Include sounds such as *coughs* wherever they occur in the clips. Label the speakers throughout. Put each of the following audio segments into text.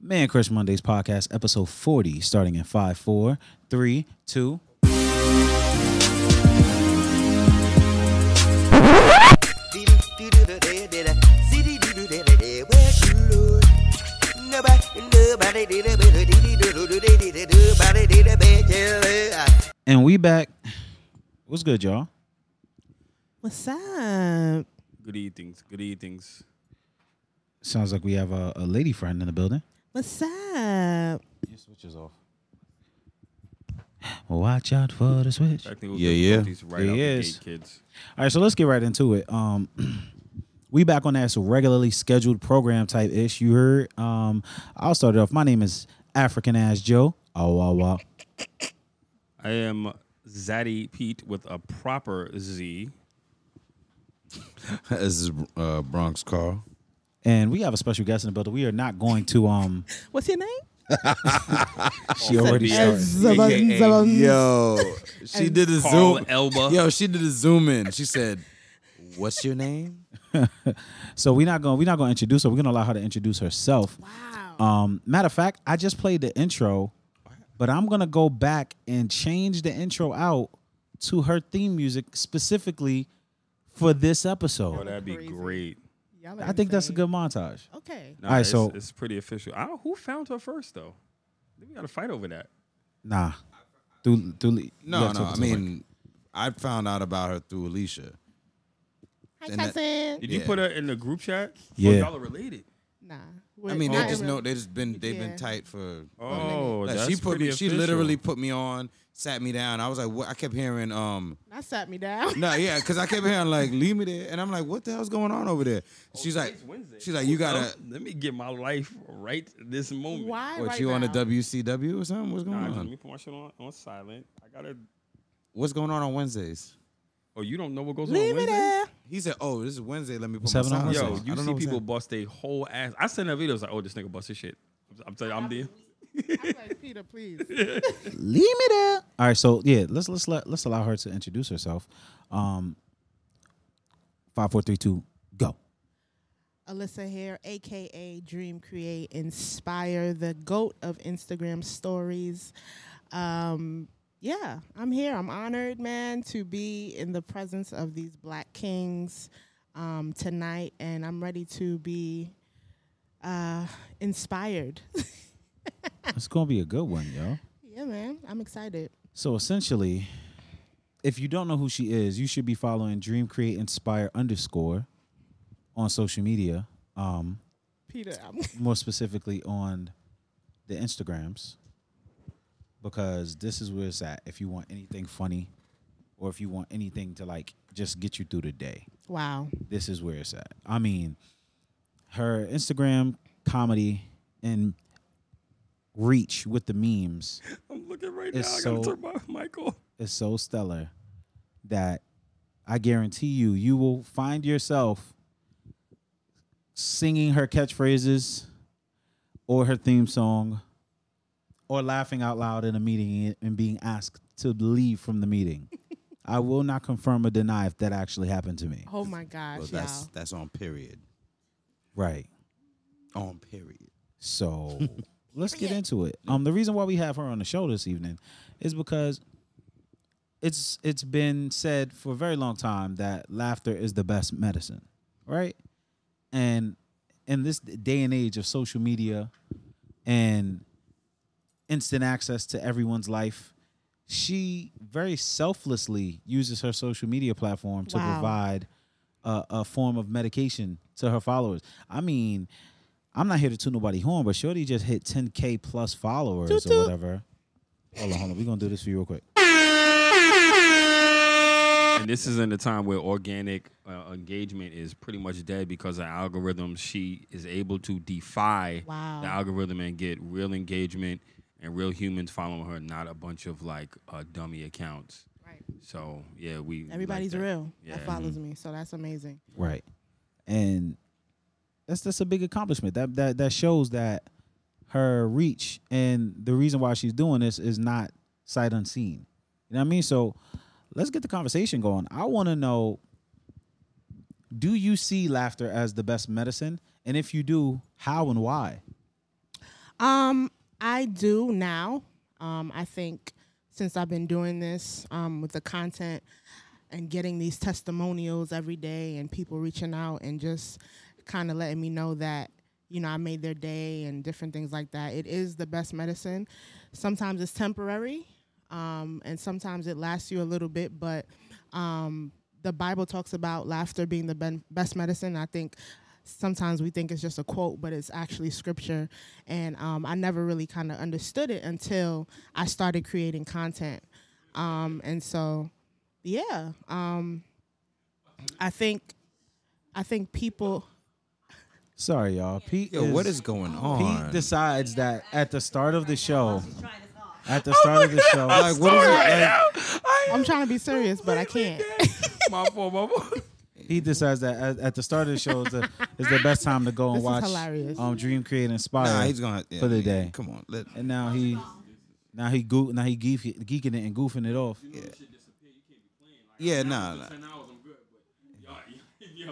Speaker 1: Man Crush Mondays podcast, episode 40, starting in 5, 4, 3, 2. And we back. What's good, y'all?
Speaker 2: What's up?
Speaker 3: Good evenings. Good evenings.
Speaker 1: Sounds like we have a, a lady friend in the building.
Speaker 2: What's up?
Speaker 1: Your switch is off. Watch out for the switch.
Speaker 3: Technical
Speaker 4: Yeah, yeah.
Speaker 3: difficulties Right
Speaker 1: Yeah,
Speaker 3: out the
Speaker 1: yes.
Speaker 3: gate, kids.
Speaker 1: All right, so let's get right into it. Um, *clears throat* we back on that so regularly scheduled program type ish. You heard. Um, I'll start it off. My name is African Ass Joe. Oh wow wow.
Speaker 3: I am Zaddy Pete with a proper Z.
Speaker 4: This is uh, Bronx Carl.
Speaker 1: And we have a special guest in the building. We are not going to um.
Speaker 2: What's your name?
Speaker 1: She already
Speaker 3: Sorry.
Speaker 2: Uh,
Speaker 1: started.
Speaker 2: Zabun-
Speaker 4: AKA,
Speaker 2: Zabun-
Speaker 4: Yo,
Speaker 2: *laughs*
Speaker 4: she did a
Speaker 3: Carl
Speaker 4: zoom.
Speaker 3: Elba.
Speaker 4: Yo, she did a zoom in. She said, "What's your name?"
Speaker 1: So we're not going. We're not going to introduce her. We're going to allow her to introduce herself.
Speaker 2: Wow.
Speaker 1: Um, matter of fact, I just played the intro, but I'm gonna go back and change the intro out to her theme music specifically for this
Speaker 3: Oh,
Speaker 1: episode.
Speaker 3: that'd be
Speaker 2: Crazy.
Speaker 3: great.
Speaker 2: Y'all are
Speaker 1: I think that's a
Speaker 2: insane.
Speaker 1: good montage.
Speaker 2: Okay.
Speaker 3: Nah,
Speaker 1: All right,
Speaker 3: it's,
Speaker 1: so-
Speaker 3: it's pretty official. I don't, who found her first though? I think We got to fight over that.
Speaker 1: Nah, through through. you
Speaker 4: No,
Speaker 1: gotta
Speaker 4: no.
Speaker 1: talk
Speaker 4: I
Speaker 1: to her.
Speaker 4: mean, I found out about her through Alicia.
Speaker 2: Hi,
Speaker 4: And that-
Speaker 2: cousin.
Speaker 3: Did you
Speaker 4: Yeah.
Speaker 3: put her in the group chat? Oh,
Speaker 1: Yeah.
Speaker 3: y'all are related.
Speaker 2: nah.
Speaker 4: I mean, they
Speaker 2: Not
Speaker 4: just
Speaker 2: in
Speaker 4: know
Speaker 2: real-
Speaker 4: they just been they've
Speaker 2: oh. Yeah.
Speaker 4: been tight for.
Speaker 3: Oh,
Speaker 4: Like,
Speaker 3: that's
Speaker 4: she put
Speaker 3: pretty
Speaker 4: me. She
Speaker 3: official.
Speaker 4: literally put me on, sat me down. I was like, what? I kept hearing, um,
Speaker 2: That sat me down.
Speaker 4: no, yeah, because I kept hearing like, leave me there, and I'm like, what the hell's going on over there? She's like,
Speaker 3: Today's Wednesday.
Speaker 4: she's like, you gotta.
Speaker 2: Oh,
Speaker 3: Um, Let me get my life right this
Speaker 2: *laughs*
Speaker 3: moment.
Speaker 2: Why?
Speaker 4: What
Speaker 2: right
Speaker 4: you on a
Speaker 2: now?
Speaker 4: WCW or something? What's going
Speaker 3: Nah, just let me
Speaker 4: on?
Speaker 3: put my shit on, on silent. I gotta.
Speaker 4: What's going on on Wednesdays?
Speaker 3: Oh, you don't know what goes on
Speaker 2: Leave me
Speaker 3: Wednesday?
Speaker 2: there.
Speaker 4: He said, "Oh, this is Wednesday. Let me put
Speaker 1: It's
Speaker 4: my
Speaker 1: happening on
Speaker 4: sign
Speaker 3: Yo,
Speaker 1: Wednesday.
Speaker 3: you see people bust their whole ass. I send that videos like, oh, this nigga bust his shit. I'm- I'm telling you, I'm the.
Speaker 2: I'm like, Peter, please.
Speaker 1: leave me there. All right, so yeah, let's let's let, let's allow her to introduce herself. Um, five, four, three, two, go.
Speaker 2: Alyssa here, aka Dream Create Inspire, the goat of Instagram stories. Um, yeah, I'm here. I'm honored, man, to be in the presence of these black kings um, tonight, and I'm ready to be uh, inspired. *laughs*
Speaker 1: It's gonna be a good one, yo.
Speaker 2: yeah, man, I'm excited.
Speaker 1: So essentially, if you don't know who she is, you should be following Dream Create Inspire underscore on social media. Um,
Speaker 2: Peter, I'm
Speaker 1: more specifically on the Instagrams because this is where it's at. If you want anything funny, or if you want anything to like just get you through the day,
Speaker 2: wow.
Speaker 1: this is where it's at. I mean, her Instagram comedy and reach with the memes
Speaker 3: I'm looking right
Speaker 1: It's
Speaker 3: now. I gotta
Speaker 1: so-
Speaker 3: turn my *laughs* mic off.
Speaker 1: is so stellar that I guarantee you, you will find yourself singing her catchphrases or her theme song or laughing out loud in a meeting and being asked to leave from the meeting. I will not confirm or deny if that actually happened to me.
Speaker 2: *laughs* Oh my gosh,
Speaker 4: Well, that's
Speaker 2: y'all.
Speaker 4: that's on period.
Speaker 1: Right.
Speaker 4: On period.
Speaker 1: So let's get into it. Um, the reason why we have her on the show this evening is because it's it's been said for a very long time that laughter is the best medicine, right? And in this day and age of social media and instant access to everyone's life, she very selflessly uses her social media platform to
Speaker 2: Wow.
Speaker 1: provide a, a form of medication to her followers. I mean, I'm not here to toot nobody horn, but Shorty just hit 10k plus followers
Speaker 2: Toot
Speaker 1: or
Speaker 2: toot.
Speaker 1: whatever. Hold on, hold on. We're gonna do this for you real quick.
Speaker 3: And this is in the time where organic uh, engagement is pretty much dead because of algorithms. She is able to defy
Speaker 2: Wow.
Speaker 3: the algorithm and get real engagement and real humans following her, not a bunch of like uh, dummy accounts.
Speaker 2: Right.
Speaker 3: So yeah, we like
Speaker 2: Everybody's
Speaker 3: that.
Speaker 2: real.
Speaker 3: Yeah.
Speaker 2: That follows me, so that's amazing.
Speaker 1: Right. And that's that's a big accomplishment. That that that shows that her reach and the reason why she's doing this is not sight unseen. You know what I mean? So let's get the conversation going. I want to know do you see laughter as the best medicine? And if you do, how and why?
Speaker 2: Um, I do now. Um, I think since I've been doing this um, with the content and getting these testimonials every day and people reaching out and just kind of letting me know that you know I made their day and different things like that. It is the best medicine. Sometimes it's temporary, um, and sometimes it lasts you a little bit, but um, the Bible talks about laughter being the ben- best medicine. I think sometimes we think it's just a quote, but it's actually scripture. And um, I never really kind of understood it until I started creating content. Um, and so, yeah, um, I think I think people.
Speaker 1: Sorry, y'all. Pete.
Speaker 4: Yo, what is going on?
Speaker 1: Pete decides that at the start of the show,
Speaker 5: Trying this off.
Speaker 1: at the start of the show,
Speaker 4: like, what is it? Like, *laughs*
Speaker 2: I'm trying to be serious, but I can't.
Speaker 3: my fault, my fault.
Speaker 1: he decides that at, at the start of the show is
Speaker 2: *laughs*
Speaker 1: the, is the best time to go and
Speaker 2: This is
Speaker 1: watch
Speaker 2: hilarious.
Speaker 1: um Dream Create Inspire.
Speaker 4: nah, he's gonna yeah,
Speaker 1: for the
Speaker 4: yeah,
Speaker 1: day.
Speaker 4: Come on, let,
Speaker 1: and now he, now he goof, now he geef, geeking it and goofing it off.
Speaker 4: yeah, nah, nah.
Speaker 3: Ten hours, I'm good. But y'all, *laughs* yo, you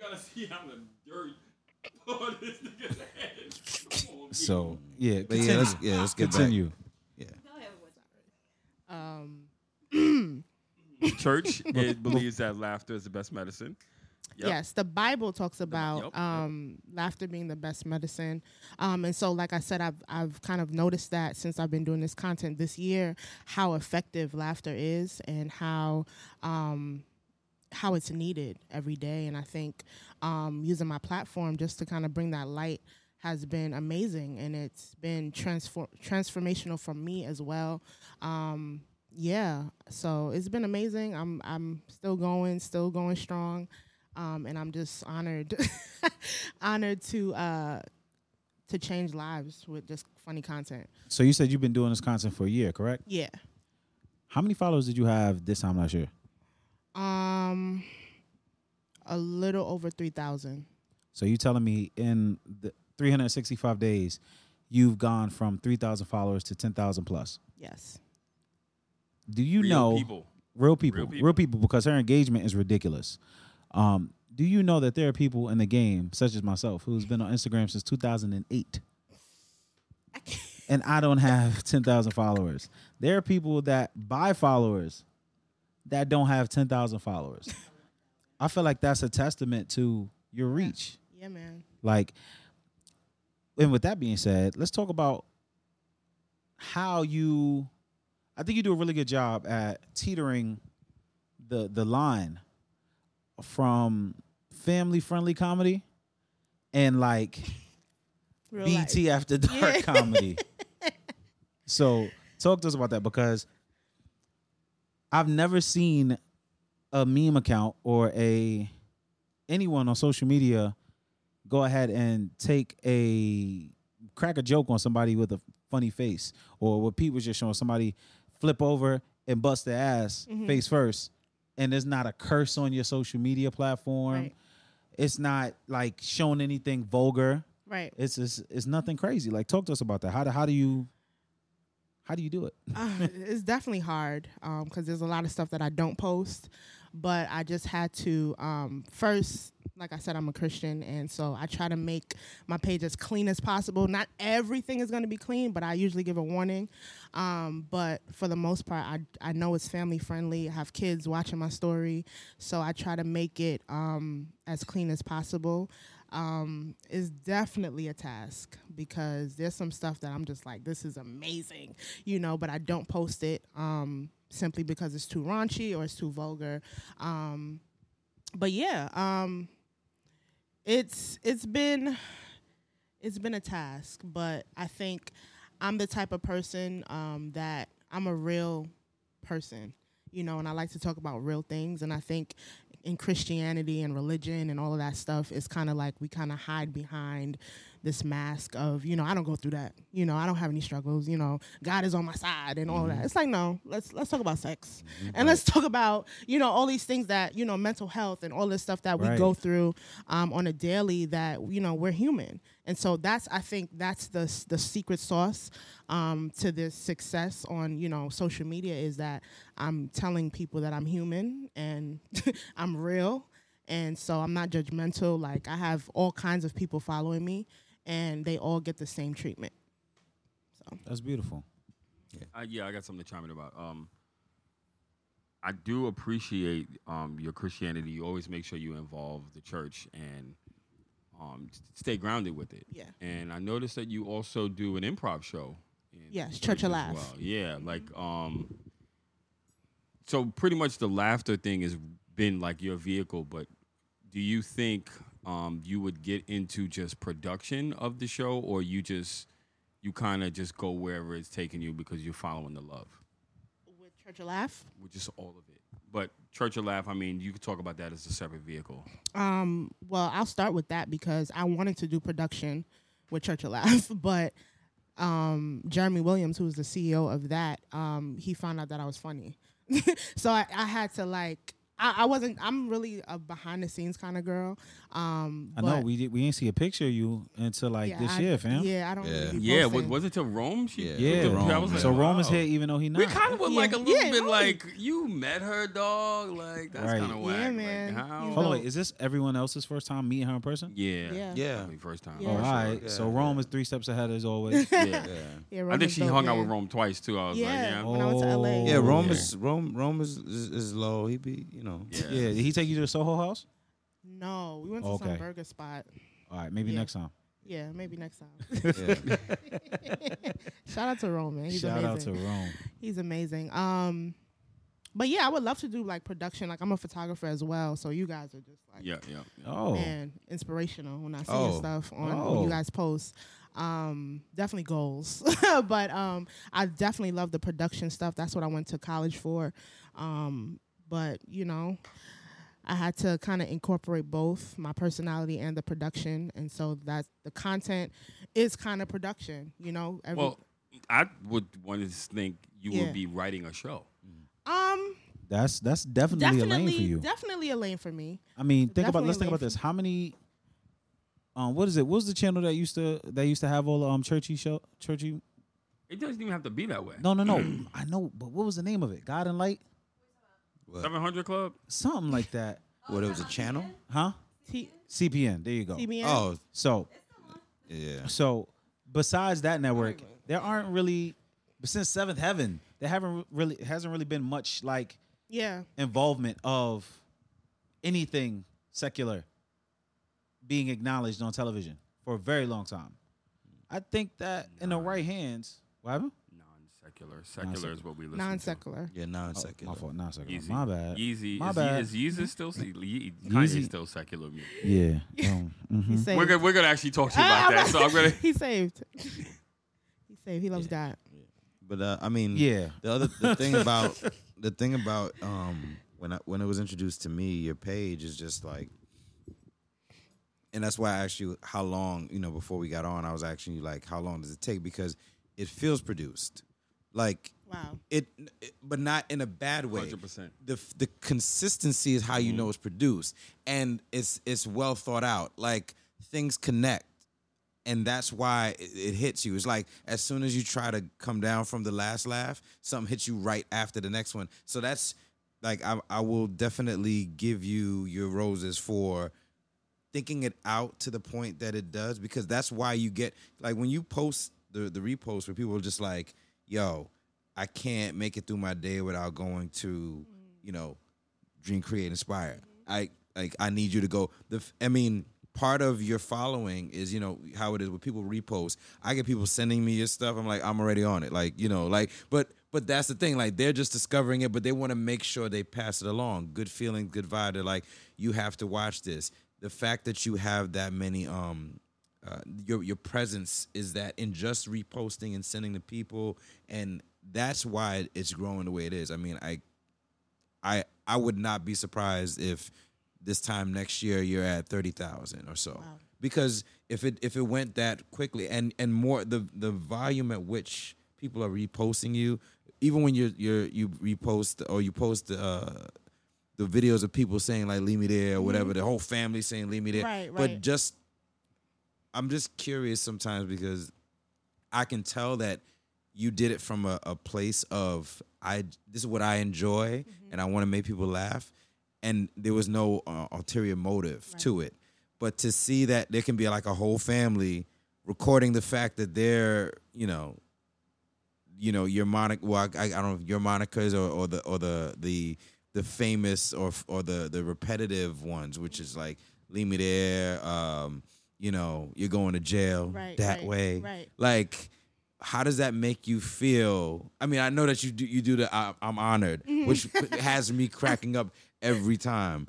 Speaker 3: gotta see how the dirt *laughs* poured this nigga's head. Come on, man.
Speaker 1: So yeah,
Speaker 4: But
Speaker 1: continue.
Speaker 4: yeah, let's yeah, let's get
Speaker 1: continue.
Speaker 4: back. Yeah.
Speaker 5: Tell him what's up.
Speaker 2: Um,
Speaker 1: *laughs*
Speaker 3: church it believes that laughter is the best medicine. Yep.
Speaker 2: Yes, the Bible talks about
Speaker 3: yep, yep.
Speaker 2: um, laughter being the best medicine, um, and so like I said, I've I've kind of noticed that since I've been doing this content this year, how effective laughter is and how um, how it's needed every day. And I think um, using my platform just to kind of bring that light has been amazing, and it's been transform transformational for me as well. Um, yeah, so it's been amazing. I'm I'm still going, still going strong, um, and I'm just honored *laughs* honored to uh, to change lives with just funny content.
Speaker 1: So you said you've been doing this content for a year, correct?
Speaker 2: Yeah.
Speaker 1: How many followers did you have this time last year?
Speaker 2: Um, a little over three thousand.
Speaker 1: So you telling me in the 365 days, you've gone from 3,000 followers to 10,000 plus.
Speaker 2: Yes.
Speaker 1: Do you
Speaker 3: Real
Speaker 1: know
Speaker 3: people.
Speaker 1: real people,
Speaker 3: Real
Speaker 1: real
Speaker 3: people.
Speaker 1: people, because her engagement is ridiculous. Um, do you know that there are people in the game, such as myself, who's been on Instagram since 2008, and I don't have *laughs* 10,000 followers? There are people that buy followers that don't have 10,000 followers. I feel like that's a testament to your reach.
Speaker 2: Yeah, man.
Speaker 1: Like, and with that being said, let's talk about how you. I think you do a really good job at teetering the the line from family friendly comedy and like
Speaker 2: Real life.
Speaker 1: BT after dark
Speaker 2: *laughs*
Speaker 1: comedy. So talk to us about that because I've never seen a meme account or a anyone on social media go ahead and take a crack a joke on somebody with a funny face or what Pete was just showing somebody flip over and bust their ass
Speaker 2: Mm-hmm.
Speaker 1: face first and there's not a curse on your social media platform.
Speaker 2: Right.
Speaker 1: It's not like showing anything vulgar
Speaker 2: Right.
Speaker 1: it's it's, it's nothing crazy. Like talk to us about that. How do how do you how do you do it?
Speaker 2: uh, *sighs* it's definitely hard because there's a lot of stuff that I don't post, but I just had to um, first. Like I said, I'm a Christian, and so I try to make my page as clean as possible. Not everything is going to be clean, but I usually give a warning. Um, but for the most part, I, I know it's family friendly. I have kids watching my story, so I try to make it um, as clean as possible. Um, it's definitely a task because there's some stuff that I'm just like, this is amazing, you know, but I don't post it um, simply because it's too raunchy or it's too vulgar. Um, but yeah, um, it's it's been it's been a task, but I think I'm the type of person um, that I'm a real person, you know, and I like to talk about real things. And I think in Christianity and religion and all of that stuff, it's kind of like we kind of hide behind this mask of, you know, I don't go through that, you know, I don't have any struggles, you know, God is on my side and all that. It's like no, let's let's talk about sex and let's talk about you know all these things that you know mental health and all this stuff that we
Speaker 1: Right.
Speaker 2: go through um, on a daily that you know we're human and so that's i think that's the the secret sauce um, to this success on you know social media is that i'm telling people that i'm human and *laughs* i'm real and so i'm not judgmental like i have all kinds of people following me and they all get the same treatment
Speaker 1: That's beautiful.
Speaker 3: I, yeah, I got something to chime in about. Um, I do appreciate um, your Christianity. You always make sure you involve the church and um, s- stay grounded with it.
Speaker 2: Yeah.
Speaker 3: And I noticed that you also do an improv show. in
Speaker 2: Yes, Church
Speaker 3: church as
Speaker 2: Alive.
Speaker 3: Yeah, like um, so pretty much the laughter thing has been like your vehicle. But do you think um, you would get into just production of the show, or you just you kind of just go wherever it's taking you because you're following the love?
Speaker 2: With Church of Laugh.
Speaker 3: with just all of it. But Church of Laugh, I mean, you could talk about that as a separate vehicle.
Speaker 2: Um, well, I'll start with that because I wanted to do production with Church of Laugh, *laughs* but um, Jeremy Williams, who was the CEO of that, um, he found out that I was funny. *laughs* so I, I had to like, I, I wasn't, I'm really a behind the scenes kind of girl. Um,
Speaker 1: I know
Speaker 2: but-
Speaker 1: we did, we ain't see a picture of you until like
Speaker 2: yeah,
Speaker 1: this
Speaker 2: I-
Speaker 1: year, fam.
Speaker 2: Yeah, I don't
Speaker 4: Yeah.
Speaker 2: really be
Speaker 3: Yeah, was,
Speaker 2: posting.
Speaker 3: was it to Rome? She,
Speaker 4: Yeah,
Speaker 1: Yeah.
Speaker 3: the-
Speaker 4: Rome,
Speaker 3: I was like,
Speaker 1: so Rome is
Speaker 3: wow.
Speaker 1: here, even though he not.
Speaker 3: We kind of were like a
Speaker 2: Yeah.
Speaker 3: little
Speaker 2: Yeah,
Speaker 3: bit
Speaker 2: Rome.
Speaker 3: like you met her, dog. Like that's
Speaker 1: Right.
Speaker 3: kind of whack.
Speaker 2: Yeah,
Speaker 3: Like,
Speaker 2: man.
Speaker 3: how-
Speaker 2: You
Speaker 1: Hold on,
Speaker 2: know-
Speaker 1: wait, is this everyone else's first time meeting her in person?
Speaker 3: Yeah,
Speaker 2: Yeah.
Speaker 4: Yeah.
Speaker 3: I mean, first time.
Speaker 2: Yeah.
Speaker 1: Oh,
Speaker 2: for
Speaker 1: all
Speaker 2: *laughs* sure.
Speaker 1: right.
Speaker 4: Yeah,
Speaker 1: so Rome
Speaker 4: yeah.
Speaker 1: is three steps ahead as
Speaker 2: *laughs*
Speaker 1: always.
Speaker 3: Yeah.
Speaker 4: Yeah.
Speaker 2: Yeah,
Speaker 3: I
Speaker 2: Rome
Speaker 3: think
Speaker 2: is
Speaker 3: she
Speaker 2: dope,
Speaker 3: hung out
Speaker 2: man.
Speaker 3: with Rome twice too. I was
Speaker 2: Yeah,
Speaker 3: like,
Speaker 1: Oh.
Speaker 3: yeah.
Speaker 2: when I went to LA.
Speaker 4: Yeah,
Speaker 1: Oh,
Speaker 4: Rome
Speaker 1: yeah.
Speaker 4: is Rome Rome is, is is low. He be you know.
Speaker 3: Yeah.
Speaker 1: yeah. Did he take you to the Soho House?
Speaker 2: No, we went to
Speaker 1: Okay.
Speaker 2: some burger spot.
Speaker 1: All right. Maybe
Speaker 2: Yeah.
Speaker 1: next time.
Speaker 2: Yeah, maybe next time. *laughs*
Speaker 4: Yeah.
Speaker 2: Shout out to Rome, man. He's
Speaker 1: Shout
Speaker 2: amazing.
Speaker 1: out to Rome.
Speaker 2: He's amazing. Um, but yeah, I would love to do like production. Like I'm a photographer as well, so you guys are just like
Speaker 3: Yeah, yeah. yeah.
Speaker 1: Oh.
Speaker 2: man inspirational when I see your
Speaker 4: Oh.
Speaker 2: stuff on when
Speaker 1: Oh.
Speaker 2: you guys post. Um, definitely goals, *laughs* but um, I definitely love the production stuff. That's what I went to college for. Um, but you know, I had to kind of incorporate both my personality and the production, and so that the content is kind of production. You know, every,
Speaker 3: Well, I would want to think you
Speaker 2: Yeah.
Speaker 3: would be writing a show.
Speaker 2: um,
Speaker 1: That's that's definitely,
Speaker 2: definitely,
Speaker 1: a lane for you.
Speaker 2: definitely a lane for me.
Speaker 1: I mean, think about
Speaker 2: definitely
Speaker 1: let's
Speaker 2: a
Speaker 1: think
Speaker 2: lane
Speaker 1: about
Speaker 2: for
Speaker 1: this. How many um what is it? What was the channel that used to that used to have all the um churchy show churchy
Speaker 3: It doesn't even have to be that way.
Speaker 1: No, no, no. I know, but what was the name of it? God and Light?
Speaker 3: Seven Hundred Club.
Speaker 1: Something like
Speaker 2: *laughs*
Speaker 1: that.
Speaker 4: What it was a channel?
Speaker 1: Huh?
Speaker 2: T-
Speaker 1: CPN. There you go.
Speaker 2: TBN?
Speaker 4: Oh
Speaker 1: So
Speaker 4: yeah.
Speaker 1: So, besides that network, there aren't really but since Seventh Heaven, there haven't really hasn't really been much like
Speaker 2: yeah,
Speaker 1: involvement of anything secular being acknowledged on television for a very long time. I think that in the right hands, what happened?
Speaker 3: Non-secular. Secular is what we listen
Speaker 2: non
Speaker 3: to.
Speaker 2: secular.
Speaker 4: Yeah, non secular.
Speaker 1: My fault, not secular.
Speaker 3: Yeezy.
Speaker 1: My bad.
Speaker 3: Yeezy.
Speaker 1: My
Speaker 3: is,
Speaker 1: bad.
Speaker 3: Is Yeezy still? se- Ye- Kanye
Speaker 1: Yeezy.
Speaker 3: still secular music.
Speaker 1: Yeah. *laughs* Um, mhm.
Speaker 2: He saved.
Speaker 3: Hmm. We're gonna we're gonna actually talk to you
Speaker 2: Ah,
Speaker 3: about that. So I'm
Speaker 2: *laughs*
Speaker 3: gonna.
Speaker 2: he saved. He saved. He loves God.
Speaker 4: But uh, I mean,
Speaker 1: Yeah.
Speaker 4: The other the thing about the thing about um when I when it was introduced to me, your page is just like, and that's why I asked you how long you know before we got on. I was asking you like how long does it take because it feels produced, like
Speaker 2: Wow.
Speaker 4: it, it- but not in a bad way.
Speaker 3: 100%.
Speaker 4: The the consistency is how you know it's produced, and it's it's well thought out. Like things connect, and that's why it, it hits you. It's like as soon as you try to come down from the last laugh, something hits you right after the next one. So that's like I I will definitely give you your roses for thinking it out to the point that it does because that's why you get like when you post the the repost where people are just like yo i can't make it through my day without going to you know dream create inspire i like i need you to go the f- i mean part of your following is you know how it is when people repost i get people sending me your stuff i'm like i'm already on it like you know like but but that's the thing like they're just discovering it but they want to make sure they pass it along good feeling good vibe they're like you have to watch this the fact that you have that many um uh, your your presence is that in just reposting and sending to people and that's why it's growing the way it is i mean i I I would not be surprised if this time next year you're at thirty thousand or so. Because if it if it went that quickly and and more the the volume at which people are reposting you, even when you're you're you repost or you post uh the videos of people saying like leave me there or whatever, the whole family saying leave me there.
Speaker 2: Mm-hmm. Right,
Speaker 4: But
Speaker 2: right.
Speaker 4: just I'm just curious sometimes because I can tell that you did it from a, a place of I this is what I enjoy
Speaker 2: Mm-hmm.
Speaker 4: and I want to make people laugh and there was no uh, ulterior motive to it but to see that there can be like a whole family recording the fact that they're you know you know your monica well I, I don't know if your monicas or, or the or the the the famous or or the the repetitive ones which is like leave me there um you know you're going to jail
Speaker 2: Right,
Speaker 4: that
Speaker 2: right,
Speaker 4: way
Speaker 2: right.
Speaker 4: like how does that make you feel i mean i know that you do you do the I, i'm honored which has me cracking up every time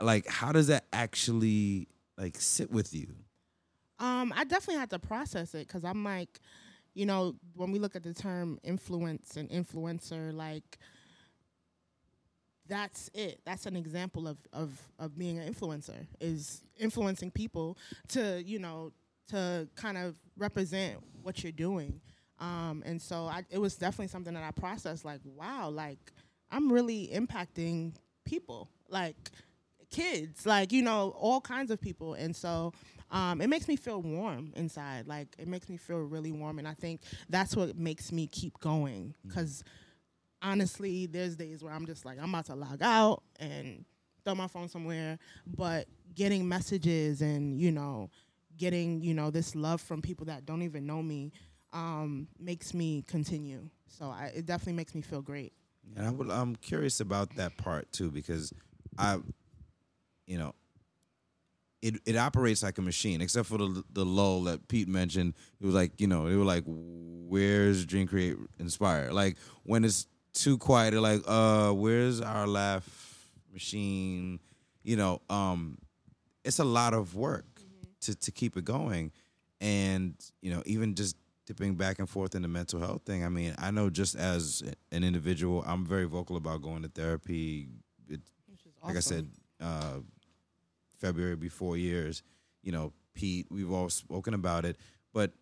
Speaker 4: like how does that actually like sit with you
Speaker 2: Um, I definitely had to process it because I'm like, you know, when we look at the term influence and influencer, like that's it. That's an example of of of being an influencer is influencing people to you know to kind of represent what you're doing. Um, and so I, it was definitely something that I processed. Like, wow, like I'm really impacting people. Like kids, like you know, all kinds of people, and so um, it makes me feel warm inside. Like it makes me feel really warm, and I think that's what makes me keep going. Because honestly, there's days where I'm just like, I'm about to log out and throw my phone somewhere, but getting messages and you know, getting you know this love from people that don't even know me um, makes me continue. So I, it definitely makes me feel great.
Speaker 4: And I would, I'm curious about that part too because I, you know, it it operates like a machine except for the the lull that Pete mentioned. It was like you know they were like, "Where's Dream Create Inspire?" Like when it's too quiet, they're like, "Uh, where's our laugh machine?" You know, um, it's a lot of work to to keep it going, and you know even just dipping back and forth in the mental health thing. I mean, I know just as an individual, I'm very vocal about going to therapy. It,
Speaker 2: Which is
Speaker 4: like I said, uh, February be four years. You know, Pete, we've all spoken about it, but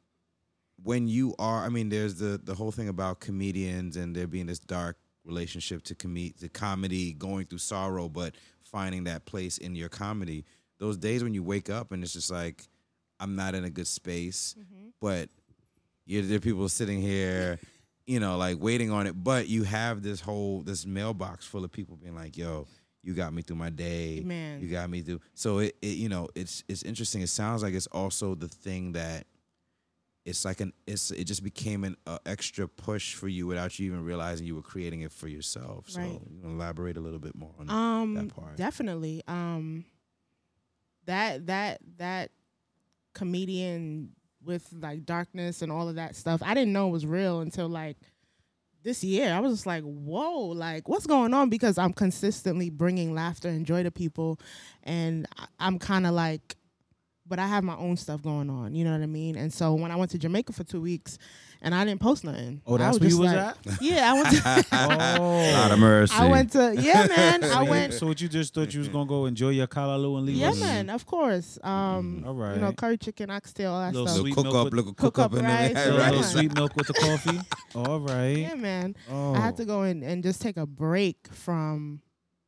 Speaker 4: when you are, I mean, there's the the whole thing about comedians and there being this dark relationship to com- to comedy, going through sorrow, but finding that place in your comedy. Those days when you wake up and it's just like, I'm not in a good space,
Speaker 2: Mm-hmm.
Speaker 4: but you there are people sitting
Speaker 2: *laughs*
Speaker 4: here, you know, like waiting on it. But you have this whole this mailbox full of people being like, "Yo, you got me through my day.
Speaker 2: Man.
Speaker 4: You got me through." So it, it you know, it's it's interesting. It sounds like it's also the thing that it's like an it's it just became an uh, extra push for you without you even realizing you were creating it for yourself. So
Speaker 2: Right.
Speaker 4: you can elaborate a little bit more on
Speaker 1: Mm,
Speaker 2: um
Speaker 4: that part.
Speaker 2: definitely um that that that comedian with like darkness and all of that stuff i didn't know it was real until like this year i was just like whoa like what's going on because i'm consistently bringing laughter and joy to people and I- i'm kind of like but i have my own stuff going on you know what i mean and so when i went to jamaica for two weeks and i didn't post nothing
Speaker 1: Oh, that's
Speaker 2: I
Speaker 1: where you
Speaker 2: just
Speaker 1: was *laughs*
Speaker 2: like- yeah i went *laughs*
Speaker 4: *laughs*
Speaker 2: to
Speaker 1: Oh.
Speaker 4: of mercy.
Speaker 2: i
Speaker 1: *laughs*
Speaker 2: went to yeah man
Speaker 1: So
Speaker 2: i
Speaker 1: you-
Speaker 2: went
Speaker 1: So what you just thought you was gonna go enjoy your callaloo and leave?
Speaker 2: Yeah,
Speaker 1: us?
Speaker 2: man, of course. Um,
Speaker 1: All right.
Speaker 2: You know, curry chicken, oxtail, all that
Speaker 1: Mm-hmm. Little
Speaker 2: stuff.
Speaker 1: sweet
Speaker 4: Little cook
Speaker 1: milk
Speaker 4: up,
Speaker 1: with-
Speaker 4: little
Speaker 2: Oh. Cook
Speaker 4: cook
Speaker 2: up
Speaker 4: up, and then
Speaker 2: rice,
Speaker 1: So a
Speaker 2: yeah.
Speaker 1: little
Speaker 4: *laughs* right.
Speaker 1: sweet milk with the *laughs* coffee. All
Speaker 2: Yeah,
Speaker 1: right.
Speaker 2: man.
Speaker 1: Oh.
Speaker 2: I had to go in and just take a break from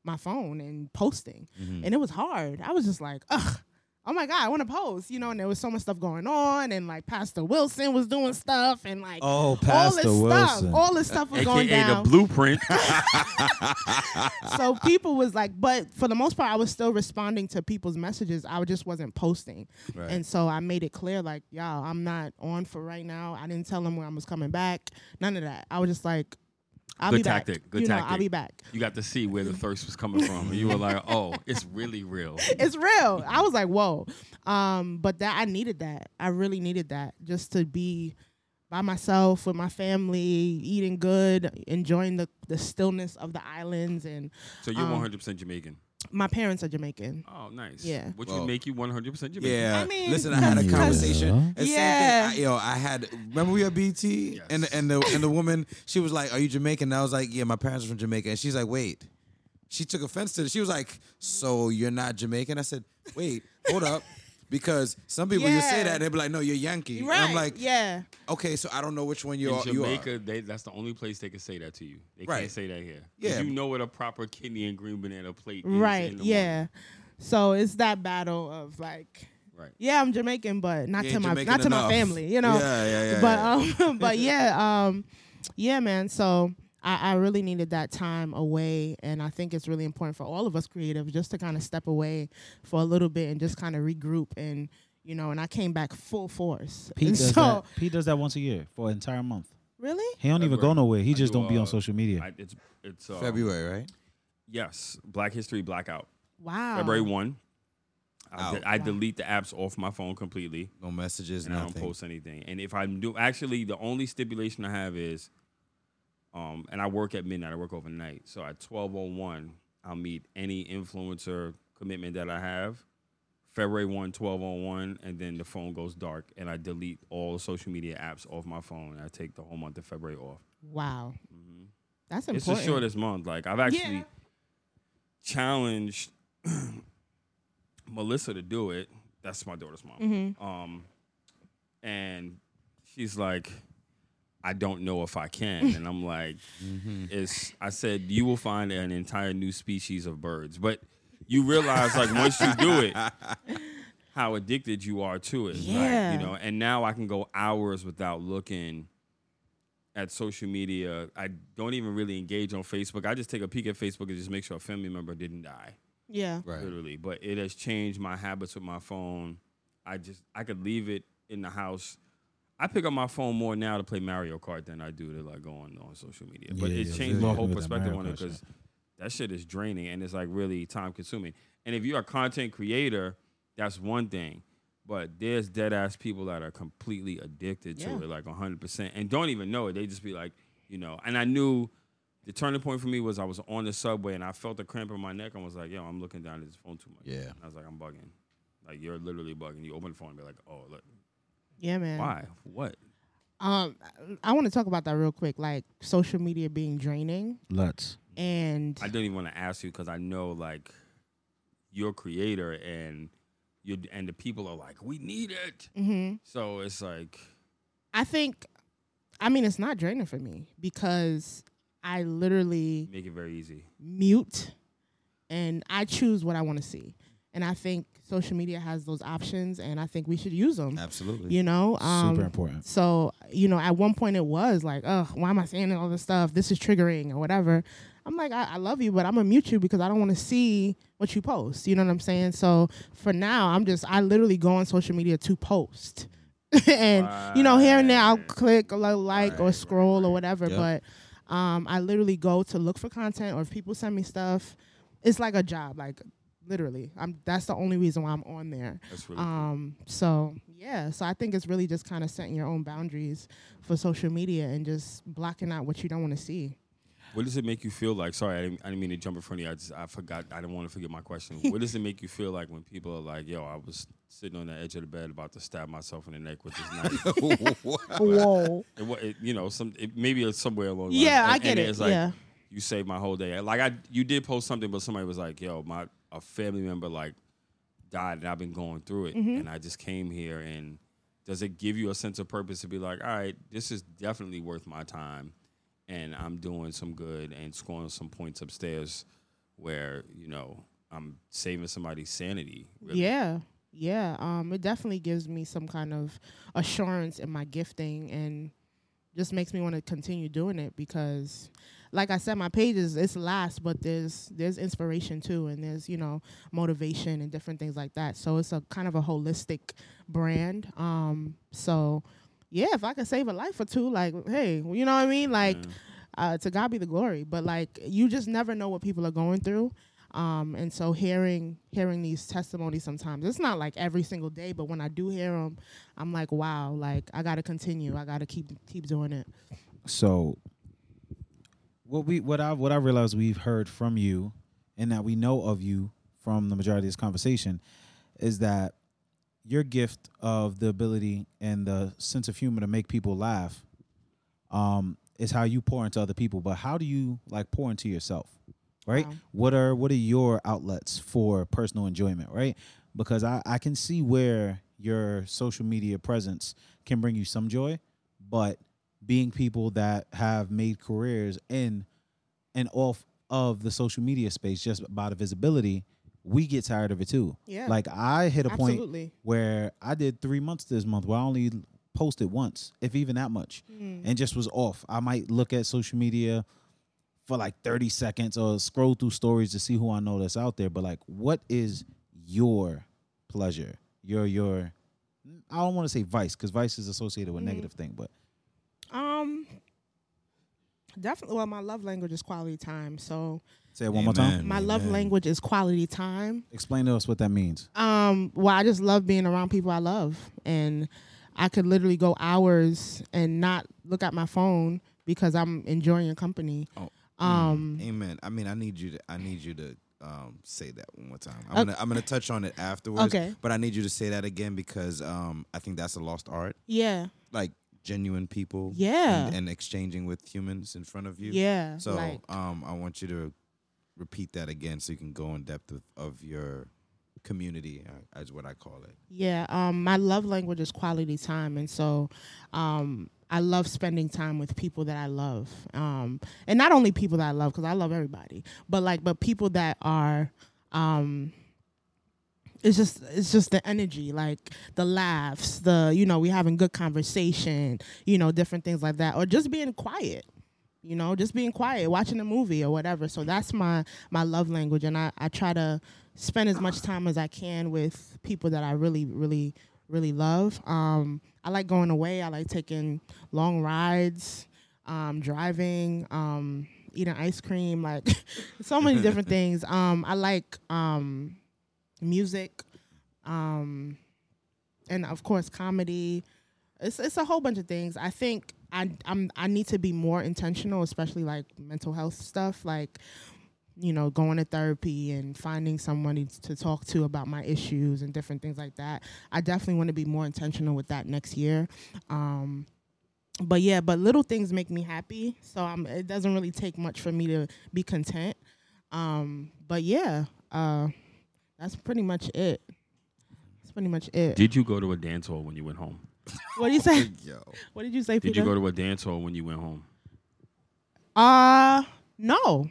Speaker 2: my phone and posting,
Speaker 4: Mm-hmm.
Speaker 1: Mm.
Speaker 2: and *laughs* it was hard. I was just like, ugh. Oh my God, I want to post, you know, and there was so much stuff going on, and like Pastor Wilson was doing stuff, and like
Speaker 1: Oh,
Speaker 2: all
Speaker 1: Pastor
Speaker 2: this
Speaker 1: Wilson.
Speaker 2: stuff, all this stuff was going
Speaker 3: AKA the
Speaker 2: down.
Speaker 3: blueprint.
Speaker 2: *laughs* so people was like, but for the most part, I was still responding to people's messages. I just wasn't posting,
Speaker 4: *laughs* Right.
Speaker 2: and so I made it clear, like, y'all, I'm not on for right now. I didn't tell them when I was coming back. None of that. I was just like, I'll
Speaker 3: Good
Speaker 2: be
Speaker 3: tactic,
Speaker 2: back.
Speaker 3: good
Speaker 2: you know, I'll
Speaker 3: tactic.
Speaker 2: be back.
Speaker 3: you got to see where the thirst was coming from. And you were like, oh, it's really real.
Speaker 2: It's real. I was like, whoa. Um, but that I needed that. I really needed that just to be by myself with my family, eating good, enjoying the, the stillness of the islands, and
Speaker 3: So you're
Speaker 2: Um,
Speaker 3: 100% Jamaican.
Speaker 2: my parents are Jamaican.
Speaker 3: Oh, nice.
Speaker 2: Yeah.
Speaker 3: Which
Speaker 4: Well,
Speaker 3: would make you 100% Jamaican.
Speaker 4: Yeah.
Speaker 2: I mean,
Speaker 4: listen, I had a
Speaker 1: Yeah.
Speaker 4: conversation. And
Speaker 2: Yeah.
Speaker 4: Same thing, I, yo, I had. Remember we at BT
Speaker 3: Yes.
Speaker 4: and and the and the woman she was like, "Are you Jamaican?" And I was like, "Yeah, my parents are from Jamaica." And she's like, "Wait." She took offense to it. She was like, "So you're not Jamaican?" I said, "Wait, hold up." Because some people you say
Speaker 2: Yeah.
Speaker 4: that and they be like, no, you're Yankee.
Speaker 2: Right?
Speaker 4: And I'm like,
Speaker 2: yeah.
Speaker 4: okay, so I don't know which one you
Speaker 3: In
Speaker 4: are. you are."
Speaker 3: Jamaica, they, that's the only place they can say that to you. They
Speaker 4: Right.
Speaker 3: can't say that here. 'Cause
Speaker 4: Yeah.
Speaker 3: You know what a proper kidney and green banana plate is.
Speaker 2: right
Speaker 3: in the
Speaker 2: yeah
Speaker 3: morning.
Speaker 2: so it's that battle of like
Speaker 3: Right.
Speaker 2: yeah i'm jamaican but not
Speaker 4: You
Speaker 2: to
Speaker 4: ain't
Speaker 2: my
Speaker 4: Jamaican
Speaker 2: not to my
Speaker 4: enough.
Speaker 2: family you know
Speaker 4: Yeah, yeah, yeah.
Speaker 2: but
Speaker 4: yeah.
Speaker 2: um *laughs*
Speaker 3: *laughs*
Speaker 2: but yeah um yeah man so I, I really needed that time away and i think it's really important for all of us creatives just to kind of step away for a little bit and just kind of regroup and you know and i came back full force *laughs*
Speaker 1: Pete
Speaker 2: and
Speaker 1: does
Speaker 2: so
Speaker 1: that. Pete does that once a year for an entire month.
Speaker 2: Really?
Speaker 1: He don't even go
Speaker 3: February.
Speaker 1: nowhere. He
Speaker 3: I
Speaker 1: just
Speaker 3: do,
Speaker 1: don't be on
Speaker 3: uh,
Speaker 1: social media.
Speaker 3: I, it's it's uh,
Speaker 4: February, right?
Speaker 3: Yes, Black History Blackout.
Speaker 2: Wow.
Speaker 3: February one.
Speaker 4: Out.
Speaker 3: I, de- I
Speaker 2: Wow.
Speaker 3: delete the apps off my phone completely,
Speaker 4: No messages,
Speaker 3: and I don't
Speaker 4: nothing.
Speaker 3: post anything. And if I do, actually, the only stipulation I have is, um, and I work at midnight. I work overnight, so at twelve oh one, I'll meet any influencer commitment that I have. February 1, 1201, and then the phone goes dark, and I delete all social media apps off my phone. I take the whole month of February off.
Speaker 2: Wow. That's
Speaker 3: Mm-hmm. It's
Speaker 2: important.
Speaker 3: the shortest month. Like I've actually
Speaker 2: Yeah.
Speaker 3: challenged Melissa to do it. That's my daughter's mom. Um, and she's like, I don't know if I can. And I'm like, it's. I said you will find an entire new species of birds, but you realize like once you do it, how addicted you are to it. like,
Speaker 2: Yeah.
Speaker 3: you know, and now I can go hours without looking at social media. I don't even really engage on Facebook. I just take a peek at Facebook and just make sure a family member didn't die,
Speaker 2: Yeah.
Speaker 4: Right.
Speaker 3: literally. But it has changed my habits with my phone. I just I could leave it in the house. I pick up my phone more now to play Mario Kart than I do to like go on on social media. But
Speaker 1: Yeah,
Speaker 3: it's
Speaker 1: yeah,
Speaker 3: changed
Speaker 1: yeah.
Speaker 3: my whole
Speaker 1: With that
Speaker 3: perspective
Speaker 1: Mario
Speaker 3: on it
Speaker 1: Kart shit.
Speaker 3: because that shit is draining and it's like really time consuming. And if you're a content creator, that's one thing. But there's dead ass people that are completely addicted
Speaker 2: Yeah.
Speaker 3: to it, like 100%, and don't even know it. They just be like, you know. And I knew the turning point for me was I was on the subway and I felt a cramp in my neck and was like, yo, I'm looking down at this phone too much.
Speaker 4: Yeah.
Speaker 3: And I was like, I'm bugging. Like, you're literally bugging. You open the phone and be like, oh, look,
Speaker 2: Yeah, man.
Speaker 3: why? What?
Speaker 2: Um, I want to talk about that real quick, like social media being draining
Speaker 1: Lutz.
Speaker 2: and
Speaker 3: I don't even want to ask you because I know like you're a creator and you and the people are like, we need it.
Speaker 2: Mhm.
Speaker 3: So it's like,
Speaker 2: I think, I mean, it's not draining for me because I literally
Speaker 3: make it very easy.
Speaker 2: mute and I choose what I want to see. And I think social media has those options and I think we should use them,
Speaker 4: Absolutely.
Speaker 2: you know? Um,
Speaker 1: Super important.
Speaker 2: So, you know, at one point it was like, oh, why am I saying all this stuff? This is triggering or whatever. I'm like, I, I love you, but I'm going to mute you because I don't want to see what you post. You know what I'm saying? So for now, I'm just, I literally go on social media to post. *laughs* and, you know, here and there, I'll
Speaker 3: Right.
Speaker 2: click, a li- like, or
Speaker 3: Right,
Speaker 2: scroll or whatever.
Speaker 4: Yep.
Speaker 2: But um, I literally go to look for content or if people send me stuff, it's like a job. Like, literally, I'm, that's the only reason why I'm on there.
Speaker 3: That's really cool.
Speaker 2: Um, so yeah, so I think it's really just kind of setting your own boundaries for social media and just blocking out what you don't want to see.
Speaker 3: What does it make you feel like? Sorry, I didn't, I didn't mean to jump in front of you. I just I forgot. I didn't want to forget my question. what does it make you feel like when people are like, "Yo, I was sitting on the edge of the bed about to stab myself in the neck with this
Speaker 2: *laughs*
Speaker 3: knife"?
Speaker 2: Whoa.
Speaker 3: it, wa- it, you know, some it, maybe it's somewhere along. the
Speaker 2: Yeah,
Speaker 3: line.
Speaker 2: I
Speaker 3: And-
Speaker 2: get
Speaker 3: and
Speaker 2: it.
Speaker 3: It's like
Speaker 2: Yeah.
Speaker 3: you saved my whole day. Like I, you did post something, but somebody was like, "Yo, my a family member like died, and I've been going through it,
Speaker 2: Mm-hmm.
Speaker 3: and I just came here." And does it give you a sense of purpose to be like, "All right, this is definitely worth my time, and I'm doing some good and scoring some points upstairs, where you know I'm saving somebody's sanity." really."
Speaker 2: Yeah. Yeah. Um, it definitely gives me some kind of assurance in my gifting and just makes me want to continue doing it because like I said, my page is it's last, but there's there's inspiration too and there's, you know, motivation and different things like that. So it's a kind of a holistic brand. Um, so yeah, if I could save a life or two, like, hey, you know what I mean? Like uh, to God be the glory. But like you just never know what people are going through. Um, and so hearing hearing these testimonies sometimes it's not like every single day, but when I do hear them, I'm like, wow, like I got to continue. I got to keep keep doing it.
Speaker 1: So what we what I what I realize we've heard from you and that we know of you from the majority of this conversation is that your gift of the ability and the sense of humor to make people laugh um is how you pour into other people but how do you like pour into yourself right
Speaker 2: Wow.
Speaker 1: what are what are your outlets for personal enjoyment right because i i can see where your social media presence can bring you some joy but being people that have made careers in and off of the social media space just by the visibility we get tired of it too
Speaker 2: Yeah.
Speaker 1: like i hit a point
Speaker 2: Absolutely.
Speaker 1: where I did three months this month where I only posted once, if even that much,
Speaker 2: Hmm.
Speaker 1: and just was off. I might look at social media for like 30 seconds or scroll through stories to see who I know that's out there. But like, what is your pleasure? Your,
Speaker 2: Hmm.
Speaker 1: your, I don't want to say vice because vice is associated with negative thing, but
Speaker 2: Um, definitely. Well, my love language is quality time. So
Speaker 1: Say it one more time.
Speaker 4: Amen.
Speaker 2: my love language is quality time.
Speaker 1: Explain to us what that means.
Speaker 2: Um, well, I just love being around people I love, and I could literally go hours and not look at my phone because I'm enjoying your company.
Speaker 4: Oh.
Speaker 2: Um,
Speaker 4: *laughs* Amen. I mean, I need you to. I need you to um, say that one more time. I'm gonna. I'm gonna touch on it afterwards.
Speaker 2: Okay.
Speaker 4: But I need you to say that again because um, I think that's a lost art.
Speaker 2: yeah,
Speaker 4: Like genuine people.
Speaker 2: Yeah.
Speaker 4: And, and exchanging with humans in front of you.
Speaker 2: yeah.
Speaker 4: So
Speaker 2: like,
Speaker 4: um, I want you to repeat that again so you can go in depth of, of your community uh, is what I call it.
Speaker 2: Yeah, um, my love language is quality time, and so um, I love spending time with people that I love, um, and not only people that I love because I love everybody, but like, but people that are. Um, it's just it's just the energy, like the laughs, the you know we having good conversation, you know different things like that, or just being quiet, you know just being quiet, watching a movie or whatever. So that's my my love language, and I I try to spend as much time as I can with people that I really, really, really love. Um, I like going away. I like taking long rides, um, driving, um, eating ice cream, like *laughs* so many different things. Um, I like um, music, um, and of course comedy. It's it's a whole bunch of things. I think I I'm I need to be more intentional, especially like mental health stuff. Like you know, going to therapy and finding somebody to talk to about my issues and different things like that. I definitely want to be more intentional with that next year. Um, but yeah, but little things make me happy, so i it doesn't really take much for me to be content. Um, but yeah, uh, that's pretty much it. That's pretty much it.
Speaker 3: Did you go to a dance hall when you went home?
Speaker 2: what do you say?
Speaker 4: Yo.
Speaker 2: *laughs* What did you say,
Speaker 3: Did
Speaker 2: Peter?
Speaker 3: you go to a dance hall when you went home?
Speaker 2: uh, no.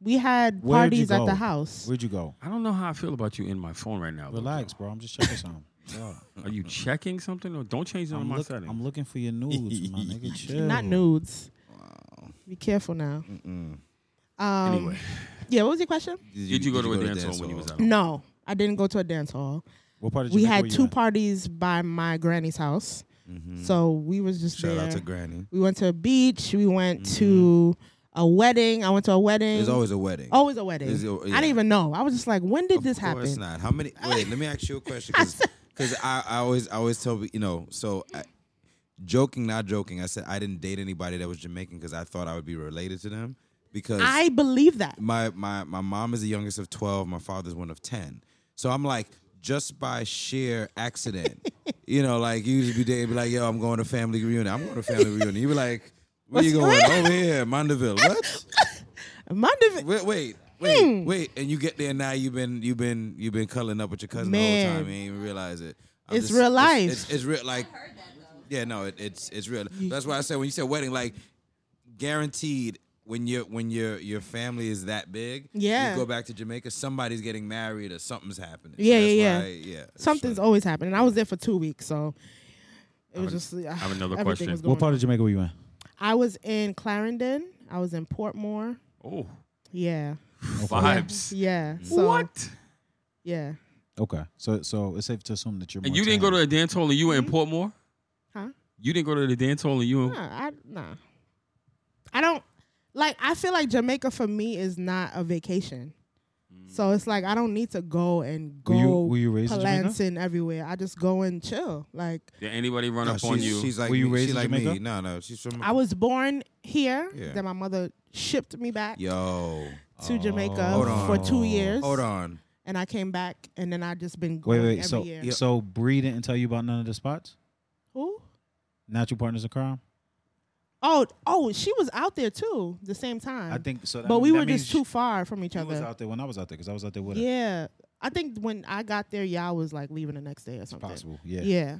Speaker 2: We had
Speaker 1: Where'd you
Speaker 2: parties at
Speaker 1: go?
Speaker 2: the house.
Speaker 1: Where'd you go?
Speaker 3: I don't know how I feel about you in my phone right now. Lil
Speaker 1: Relax, bro. I'm just checking
Speaker 3: *laughs*
Speaker 1: something. Yo,
Speaker 3: Jon. Are you checking something or don't change none of
Speaker 1: I'm,
Speaker 3: my
Speaker 1: look-
Speaker 3: settings?
Speaker 1: I'm looking for your nudes,
Speaker 3: *laughs*
Speaker 1: my nigga. Chill.
Speaker 2: Not nudes.
Speaker 4: Wow.
Speaker 2: Be careful now.
Speaker 4: Mm-mm.
Speaker 2: Um,
Speaker 3: anyway,
Speaker 2: Yeah, what was your question?
Speaker 3: did you go to a dance hall when you was
Speaker 4: hall?
Speaker 3: out?
Speaker 2: No, I didn't go to a dance hall.
Speaker 1: What part of
Speaker 2: we
Speaker 1: Jamaica were
Speaker 2: had
Speaker 1: you
Speaker 2: two
Speaker 1: in?
Speaker 2: parties by my granny's house. So we was just
Speaker 4: Mm-hmm. Shout
Speaker 2: there.
Speaker 4: out to Granny.
Speaker 2: we went to a beach. We went to a wedding. I went to a wedding.
Speaker 4: There's Mm-hmm. always a wedding.
Speaker 2: Always a wedding.
Speaker 4: There's al-
Speaker 2: I
Speaker 4: yeah.
Speaker 2: didn't even know. I was just like, when did
Speaker 4: Of
Speaker 2: this
Speaker 4: course
Speaker 2: happen?
Speaker 4: not. How many? Wait, let me ask you a question
Speaker 2: *laughs*
Speaker 4: because I, I always I always tell you know so. I, Joking, not joking. I said I didn't date anybody that was Jamaican because I thought I would be related to them. Because
Speaker 2: I believe that.
Speaker 4: my my my mom is the youngest of 12 my father's one of 10 so i'm like just by sheer
Speaker 2: *laughs*
Speaker 4: accident you know like you just be dating be like yo i'm going to family reunion i'm going to family reunion you be like where you going over here mondeville what
Speaker 2: My div-
Speaker 4: wait wait wait
Speaker 2: Hmm.
Speaker 4: wait and you get there now you've been you've been you've been cuddling up with your cousin the whole
Speaker 2: Man.
Speaker 4: time you ain't even realize it I'm
Speaker 2: It's real life.
Speaker 4: it's, it's, it's real like yeah no it, it's it's real that's why i said when you said wedding like guaranteed when your when your your family is that big,
Speaker 2: Yeah.
Speaker 4: you go back to Jamaica, somebody's getting married or something's happening.
Speaker 2: Yeah, yeah,
Speaker 4: That's
Speaker 2: yeah.
Speaker 4: why- yeah. it's
Speaker 2: Something's
Speaker 4: like-
Speaker 2: always happening. I was there for two weeks, so it was
Speaker 3: an-
Speaker 2: just. I
Speaker 3: have another question.
Speaker 2: Was going
Speaker 1: What part of Jamaica were you in?
Speaker 2: on. I was in Clarendon. I was in Portmore.
Speaker 3: Oh,
Speaker 2: Yeah.
Speaker 3: vibes.
Speaker 2: Yeah. So,
Speaker 3: Mm. what?
Speaker 2: Yeah.
Speaker 1: Okay, so so it's safe to assume that you're.
Speaker 3: And
Speaker 1: more
Speaker 3: you didn't go to
Speaker 1: talented.
Speaker 3: a dance hall and you were in Portmore?
Speaker 2: Hmm? Huh?
Speaker 3: You didn't go to the dance hall and you in
Speaker 2: Nah, I nah. I don't like I feel like Jamaica for me is not a vacation.
Speaker 3: Mm.
Speaker 2: So it's like I don't need to go and go
Speaker 1: Were you- were you raised in Jamaica?
Speaker 2: palancing everywhere. I just go and chill. Like
Speaker 3: Did anybody run
Speaker 4: No,
Speaker 3: up on
Speaker 4: she's-
Speaker 3: you?
Speaker 4: She's like
Speaker 1: Were you
Speaker 4: me.
Speaker 1: raised
Speaker 4: she
Speaker 1: in
Speaker 4: like me.
Speaker 1: Jamaica?
Speaker 4: No, no, she's
Speaker 3: Mm.
Speaker 4: from.
Speaker 2: I was born here,
Speaker 4: Yeah.
Speaker 2: then my mother shipped me back
Speaker 4: Yo,
Speaker 2: to
Speaker 1: Oh.
Speaker 4: Hold
Speaker 2: Jamaica
Speaker 4: on.
Speaker 2: for two years.
Speaker 4: hold on.
Speaker 2: And I came back and then I just been
Speaker 1: Wait,
Speaker 2: going
Speaker 1: wait.
Speaker 2: every
Speaker 1: So
Speaker 2: year.
Speaker 1: so Bree didn't tell you about none of the spots.
Speaker 2: Who?
Speaker 1: Natural partners in crime.
Speaker 2: Oh oh she was out there too, the same time.
Speaker 1: I think so. that-
Speaker 2: but we
Speaker 1: that
Speaker 2: were
Speaker 1: means
Speaker 2: just too far from each
Speaker 1: You
Speaker 2: other.
Speaker 1: was out there when I was out there because I was out there with her.
Speaker 2: Yeah. I think when I got there, y'all was like leaving the next day or something.
Speaker 1: Possible. Yeah.
Speaker 2: Yeah.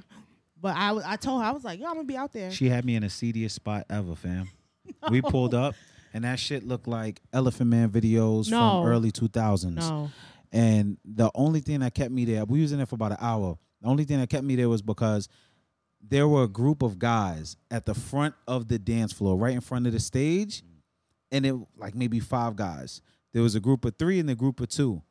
Speaker 2: But I, w- I told her, I was like, yo, I'm going to be out there.
Speaker 1: She had me in the seediest spot ever,
Speaker 2: *laughs*
Speaker 1: fam. We pulled up, and that shit looked like Elephant Man videos
Speaker 2: No.
Speaker 1: from early 2000s.
Speaker 2: no.
Speaker 1: And the only thing that kept me there, we was in there for about an hour. The only thing that kept me there was because there were a group of guys at the front of the dance floor, right in front of the stage, and it like maybe five guys. There was a group of three and a group of two,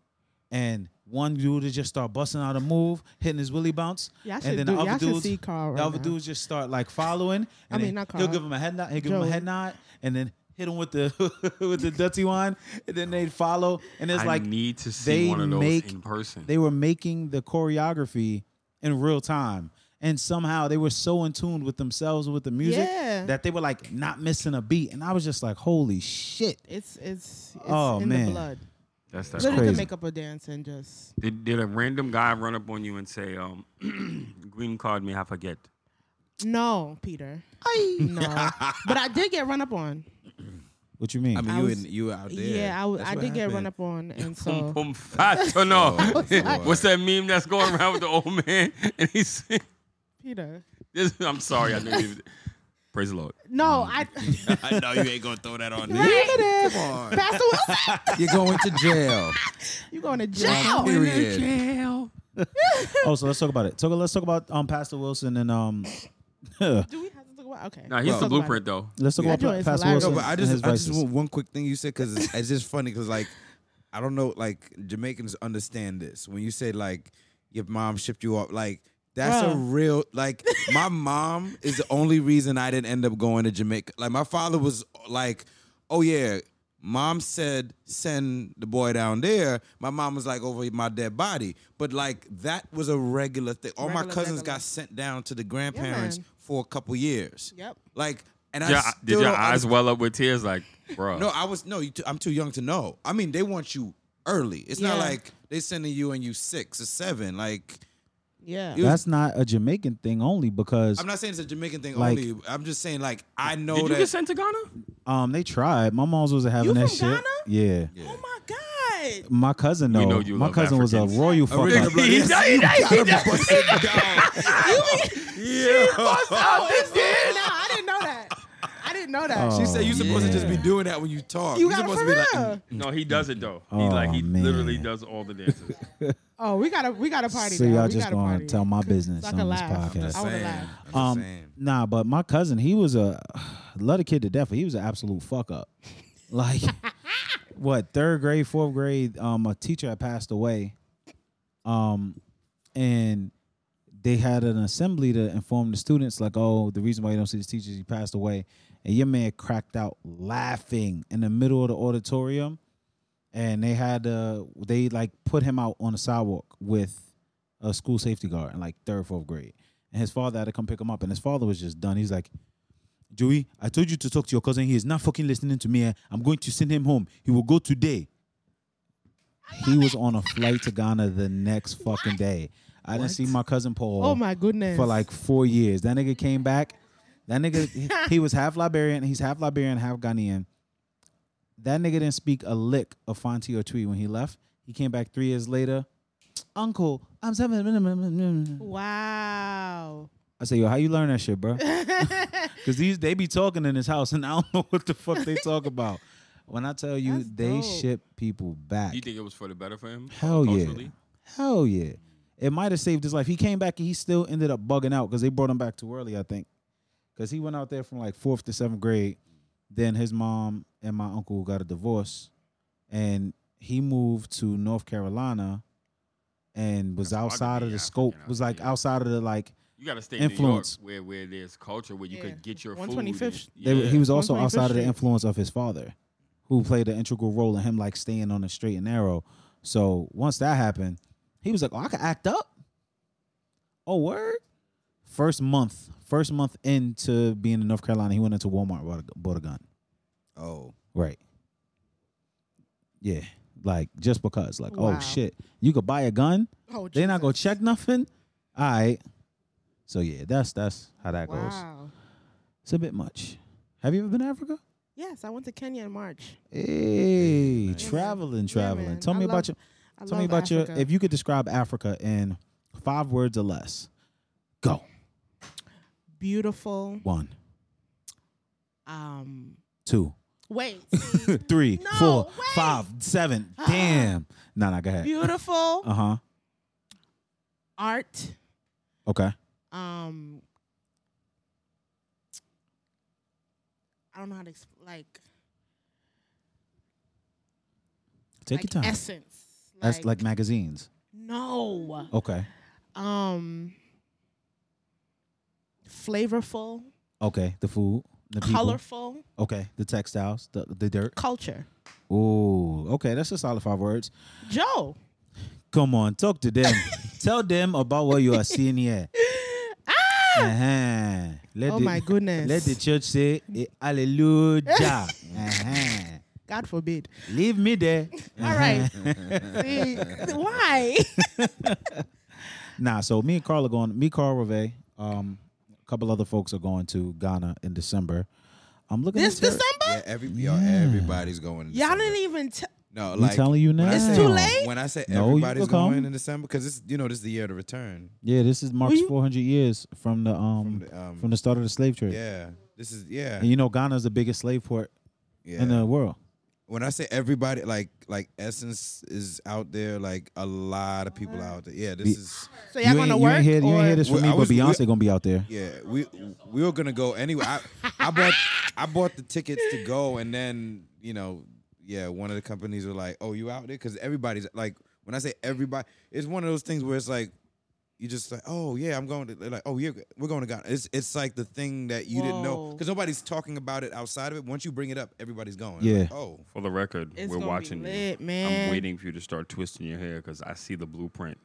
Speaker 1: and one dude to just start busting out a move, hitting his willy bounce,
Speaker 2: Y'all should
Speaker 1: and then
Speaker 2: do-
Speaker 1: the
Speaker 2: y'all
Speaker 1: other
Speaker 2: should
Speaker 1: dudes,
Speaker 2: see Carl
Speaker 1: the
Speaker 2: right
Speaker 1: other
Speaker 2: now.
Speaker 1: dudes just start like following. And
Speaker 2: I mean,
Speaker 1: then
Speaker 2: not
Speaker 1: He'll
Speaker 2: Carl.
Speaker 1: give him a head nod. He'll give him a
Speaker 2: Joey.
Speaker 1: head nod, and then hit him with the *laughs* with the dirty wine, and then they'd follow. And it's
Speaker 3: I
Speaker 1: like
Speaker 3: need to see
Speaker 1: they
Speaker 3: one of those
Speaker 1: make-
Speaker 3: in person.
Speaker 1: they were making the choreography in real time. And somehow they were so in tune with themselves and with the music
Speaker 2: Yeah.
Speaker 1: that they were like not missing a beat. And I was just like, holy shit.
Speaker 2: It's it's, it's
Speaker 1: Oh,
Speaker 2: in
Speaker 1: man.
Speaker 2: the blood.
Speaker 3: that's that's
Speaker 2: Literally
Speaker 1: crazy.
Speaker 2: can make up a dance and just
Speaker 3: Did, did a random guy run up on you and say, um, *clears throat* "Green card me, I forget"?
Speaker 2: no, Peter.
Speaker 1: *laughs*
Speaker 2: No, but I did get run up on.
Speaker 1: What you mean?
Speaker 4: I mean,
Speaker 2: I
Speaker 4: you
Speaker 2: was-
Speaker 4: in, you were out there.
Speaker 2: Yeah, I, w-
Speaker 4: That's
Speaker 2: I
Speaker 4: what
Speaker 2: did get
Speaker 4: happened.
Speaker 2: run up on,
Speaker 1: *laughs*
Speaker 2: and
Speaker 3: Pum
Speaker 2: so
Speaker 3: pum fat. no. *laughs*
Speaker 4: Oh,
Speaker 3: What's that meme that's going around with the old man? *laughs* And he's
Speaker 2: Peter.
Speaker 3: this, I'm sorry, I knew he was, Praise the Lord.
Speaker 2: No, I.
Speaker 1: Mm.
Speaker 4: I know you ain't gonna throw that on me.
Speaker 2: Right.
Speaker 4: Come on.
Speaker 2: Pastor Wilson,
Speaker 4: You're going to jail.
Speaker 2: *laughs* you going to
Speaker 4: Um,
Speaker 2: jail?
Speaker 4: Period.
Speaker 3: Jail.
Speaker 1: oh, so let's talk about it. So let's talk about um, Pastor Wilson and um, *laughs* let's
Speaker 2: Do we have to talk about? Okay.
Speaker 3: Now here's
Speaker 4: Well-
Speaker 3: the blueprint though.
Speaker 1: talk
Speaker 2: Yeah.
Speaker 1: about
Speaker 2: That joint is
Speaker 1: Pastor
Speaker 2: hilarious.
Speaker 1: Wilson
Speaker 4: No, but I
Speaker 1: and his
Speaker 4: just I just
Speaker 1: vices.
Speaker 4: want one quick thing you said because it's, it's just funny because like I don't know like Jamaicans understand this when you say like your mom shipped you off like that's a
Speaker 2: Bruh.
Speaker 4: real like my mom is the only reason I didn't end up going to Jamaica like my father was like oh yeah mom said send the boy down there my mom was like over my dead body but like that was a regular thing all my
Speaker 2: Regular,
Speaker 4: cousins
Speaker 2: regular.
Speaker 4: got sent down to the grandparents
Speaker 2: man.
Speaker 4: for a couple years
Speaker 2: Yep.
Speaker 4: like and I
Speaker 3: Yeah,
Speaker 4: still
Speaker 3: did your
Speaker 4: don't
Speaker 3: eyes well up with tears? Like, bro.
Speaker 4: no, I was no. You t- I'm too young to know. I mean, they want you early. It's not
Speaker 2: Yeah.
Speaker 4: like they sending you and you six or seven. Like
Speaker 2: Yeah.
Speaker 4: You-
Speaker 1: That's not a Jamaican thing only because
Speaker 4: I'm not saying it's a Jamaican thing
Speaker 1: Like-
Speaker 4: only. I'm just saying like I know
Speaker 3: did you
Speaker 4: that.
Speaker 3: get sent to Ghana?
Speaker 1: um they tried. My mom's was having
Speaker 2: You
Speaker 1: that
Speaker 2: from
Speaker 1: shit. Yeah.
Speaker 3: *laughs*
Speaker 4: Yeah.
Speaker 2: Oh my
Speaker 1: *laughs*
Speaker 2: God.
Speaker 1: My cousin though.
Speaker 3: We know you
Speaker 1: my
Speaker 3: love
Speaker 1: cousin was
Speaker 3: Africans.
Speaker 1: a royal
Speaker 3: *laughs*
Speaker 1: fuck
Speaker 4: Original
Speaker 1: up.
Speaker 4: blood.
Speaker 3: He
Speaker 4: Yes,
Speaker 3: does, he
Speaker 4: you
Speaker 3: does, he
Speaker 4: gotta
Speaker 3: does.
Speaker 4: bust it down. *laughs* Yeah.
Speaker 2: no, I didn't know that. I didn't know that.
Speaker 1: Oh.
Speaker 4: She said you're supposed to just be
Speaker 1: Yeah.
Speaker 4: doing that when you talk.
Speaker 2: You
Speaker 4: are
Speaker 2: got it
Speaker 4: supposed
Speaker 2: for
Speaker 4: to be
Speaker 2: real.
Speaker 4: like, mm.
Speaker 3: No, he does it though. He
Speaker 1: Oh,
Speaker 3: like he
Speaker 1: man.
Speaker 3: literally does all the dances.
Speaker 2: oh, we gotta we gotta
Speaker 1: *laughs*
Speaker 2: party.
Speaker 1: So
Speaker 2: now.
Speaker 1: y'all
Speaker 2: we
Speaker 1: just
Speaker 2: gotta
Speaker 1: gonna
Speaker 2: party.
Speaker 1: tell my business
Speaker 2: So I
Speaker 1: on
Speaker 2: can
Speaker 1: this
Speaker 2: laugh.
Speaker 1: podcast.
Speaker 4: just
Speaker 2: I would've
Speaker 4: saying.
Speaker 2: laughed.
Speaker 4: I'm just
Speaker 1: Um,
Speaker 4: saying.
Speaker 1: nah, but my cousin, he was a *sighs* love the kid to death, but he was an absolute fuck up. *laughs* Like, what third grade, fourth grade, um, a teacher had passed away, um, and they had an assembly to inform the students, like, oh, the reason why you don't see this teacher, is he passed away, and your man cracked out laughing in the middle of the auditorium, and they had uh, they like put him out on the sidewalk with a school safety guard in like third, fourth grade. And his father had to come pick him up. And his father was just done. He's like, Joey, I told you to talk to your cousin. He is not fucking listening to me. I'm going to send him home. He will go today. He was on a flight to Ghana the next fucking day. I didn't see my cousin Paul
Speaker 2: Oh my goodness.
Speaker 1: for like four years. That nigga came back. That nigga, he, he was half Liberian. He's half Liberian, half Ghanaian. That nigga didn't speak a lick of Fonte or Twi when he left. He came back three years later. Uncle, I'm seven. *laughs*
Speaker 2: Wow.
Speaker 1: I say, yo, how you learn that shit,
Speaker 2: *laughs*
Speaker 1: bro? *laughs* Because these they be talking in his house, and I don't know *laughs* what the fuck they talk about. When I tell you,
Speaker 2: That's
Speaker 1: they
Speaker 2: dope.
Speaker 1: ship people back.
Speaker 3: you think it was for the better for him?
Speaker 1: Hell yeah,
Speaker 3: Culturally?
Speaker 1: hell yeah. It might have saved his life. He came back and he still ended up bugging out because they brought him back too early, I think. Because he went out there from like fourth to seventh grade. Then his mom and my uncle got a divorce, and he moved to North Carolina, and was
Speaker 3: That's hard to
Speaker 1: outside
Speaker 3: be
Speaker 1: of the
Speaker 3: African
Speaker 1: scope.
Speaker 3: out
Speaker 1: Was like
Speaker 3: here.
Speaker 1: outside of the like
Speaker 3: You gotta stay
Speaker 1: Influence.
Speaker 3: in New York where where there's culture where you
Speaker 2: Yeah.
Speaker 3: could get your food.
Speaker 2: 125th.
Speaker 1: They,
Speaker 3: and-
Speaker 1: He was also
Speaker 2: 125th
Speaker 1: outside of the
Speaker 2: Street.
Speaker 1: influence of his father, who played an integral role in him like staying on the straight and narrow. So once that happened, he was like, "Oh, I can act up." Oh, word! First month, first month into being in North Carolina, he went into Walmart bought a, bought a gun.
Speaker 4: Oh,
Speaker 1: Right. Yeah, like just because, like,
Speaker 2: Wow.
Speaker 1: oh shit, you could buy a gun.
Speaker 2: Oh,
Speaker 1: They not gonna
Speaker 2: Jesus.
Speaker 1: check nothing. All right. So yeah, that's that's how that goes.
Speaker 2: Wow.
Speaker 1: It's a bit much. Have you ever been to Africa?
Speaker 2: Yes, I went to Kenya in March.
Speaker 1: Hey,
Speaker 4: nice.
Speaker 1: traveling,
Speaker 2: Yeah,
Speaker 1: traveling.
Speaker 2: man.
Speaker 1: Tell
Speaker 2: I
Speaker 1: me about
Speaker 2: love-
Speaker 1: your.
Speaker 2: I
Speaker 1: Tell me
Speaker 2: love
Speaker 1: about your.
Speaker 2: Africa.
Speaker 1: If you could describe Africa in five words or less, go
Speaker 2: beautiful.
Speaker 1: one,
Speaker 2: Um,
Speaker 1: two, *laughs*
Speaker 2: wait,
Speaker 1: three,
Speaker 2: No,
Speaker 1: four,
Speaker 2: wait.
Speaker 1: five, seven.
Speaker 2: Uh-uh.
Speaker 1: Damn. No, no, go ahead.
Speaker 2: beautiful
Speaker 1: Uh huh.
Speaker 2: art.
Speaker 1: Okay.
Speaker 2: Um, I don't know how to exp- like
Speaker 1: Take
Speaker 2: like
Speaker 1: your time.
Speaker 2: essence.
Speaker 1: That's like magazines.
Speaker 2: No.
Speaker 1: Okay.
Speaker 2: Um flavorful,
Speaker 1: Okay. The food. The people.
Speaker 2: colorful,
Speaker 1: Okay. The textiles. The the dirt.
Speaker 2: culture.
Speaker 1: Ooh. Okay. That's a solid five words.
Speaker 2: Joe.
Speaker 1: Come on, talk to
Speaker 2: *laughs*
Speaker 1: them. Tell them about what you are seeing here. Ah! Uh-huh. Let
Speaker 2: Oh
Speaker 1: the,
Speaker 2: my goodness.
Speaker 1: Let the church say eh, hallelujah.
Speaker 2: *laughs*
Speaker 1: uh-huh. *laughs*
Speaker 2: God forbid.
Speaker 1: Leave me there.
Speaker 2: All right. See, *laughs* why?
Speaker 1: Nah, so me and Carl are going. Me, Carl Reve, um, a couple other folks are going to Ghana in December. I'm looking. *laughs*
Speaker 2: this
Speaker 1: at
Speaker 2: December?
Speaker 4: Yeah, every, y'all- everybody's going. in
Speaker 2: Y'all
Speaker 4: December.
Speaker 2: didn't even t-
Speaker 4: No,
Speaker 1: I'm
Speaker 4: like
Speaker 1: telling you now.
Speaker 4: when I
Speaker 2: It's
Speaker 4: say-
Speaker 2: too late?
Speaker 4: When I say
Speaker 1: No, you
Speaker 4: everybody's
Speaker 1: could come.
Speaker 4: going in December, because it's you know this is the year of the return.
Speaker 1: Yeah, this is marks
Speaker 2: Will you-
Speaker 1: 400 years from the um from
Speaker 4: the,
Speaker 1: the,
Speaker 4: um,
Speaker 1: start of the slave trade.
Speaker 4: Yeah, this is yeah.
Speaker 1: And you know, Ghana is the biggest slave port
Speaker 4: yeah.
Speaker 1: in the world.
Speaker 4: when I say everybody, like like Essence is out there, like a lot of people out there. Yeah, this
Speaker 1: Be-
Speaker 4: is
Speaker 2: so y'all
Speaker 1: you ain't,
Speaker 2: gonna
Speaker 1: you
Speaker 2: work
Speaker 1: ain't hear, you
Speaker 2: or
Speaker 1: ain't hear this from
Speaker 4: Well,
Speaker 1: me,
Speaker 4: I
Speaker 1: but
Speaker 4: was-
Speaker 1: Beyonce
Speaker 4: we-
Speaker 1: gonna be out there.
Speaker 4: yeah. We we were gonna go anyway. I I bought I bought the tickets to go, and then you know yeah, one of the companies were like, "Oh, you out there?" Because everybody's like, when I say everybody, it's one of those things where it's like. You just like, oh yeah, I'm going to they're like, oh yeah, we're going to Ghana. It's it's like the thing that you didn't know
Speaker 2: Whoa.
Speaker 4: because nobody's talking about it outside of it. Once you bring it up, everybody's going.
Speaker 1: Yeah.
Speaker 4: Like, oh,
Speaker 3: For the record,
Speaker 2: It's
Speaker 3: we're
Speaker 2: gonna be
Speaker 3: watching
Speaker 2: lit,
Speaker 3: you.
Speaker 2: man.
Speaker 3: I'm waiting for you to start twisting your hair because I see the blueprint.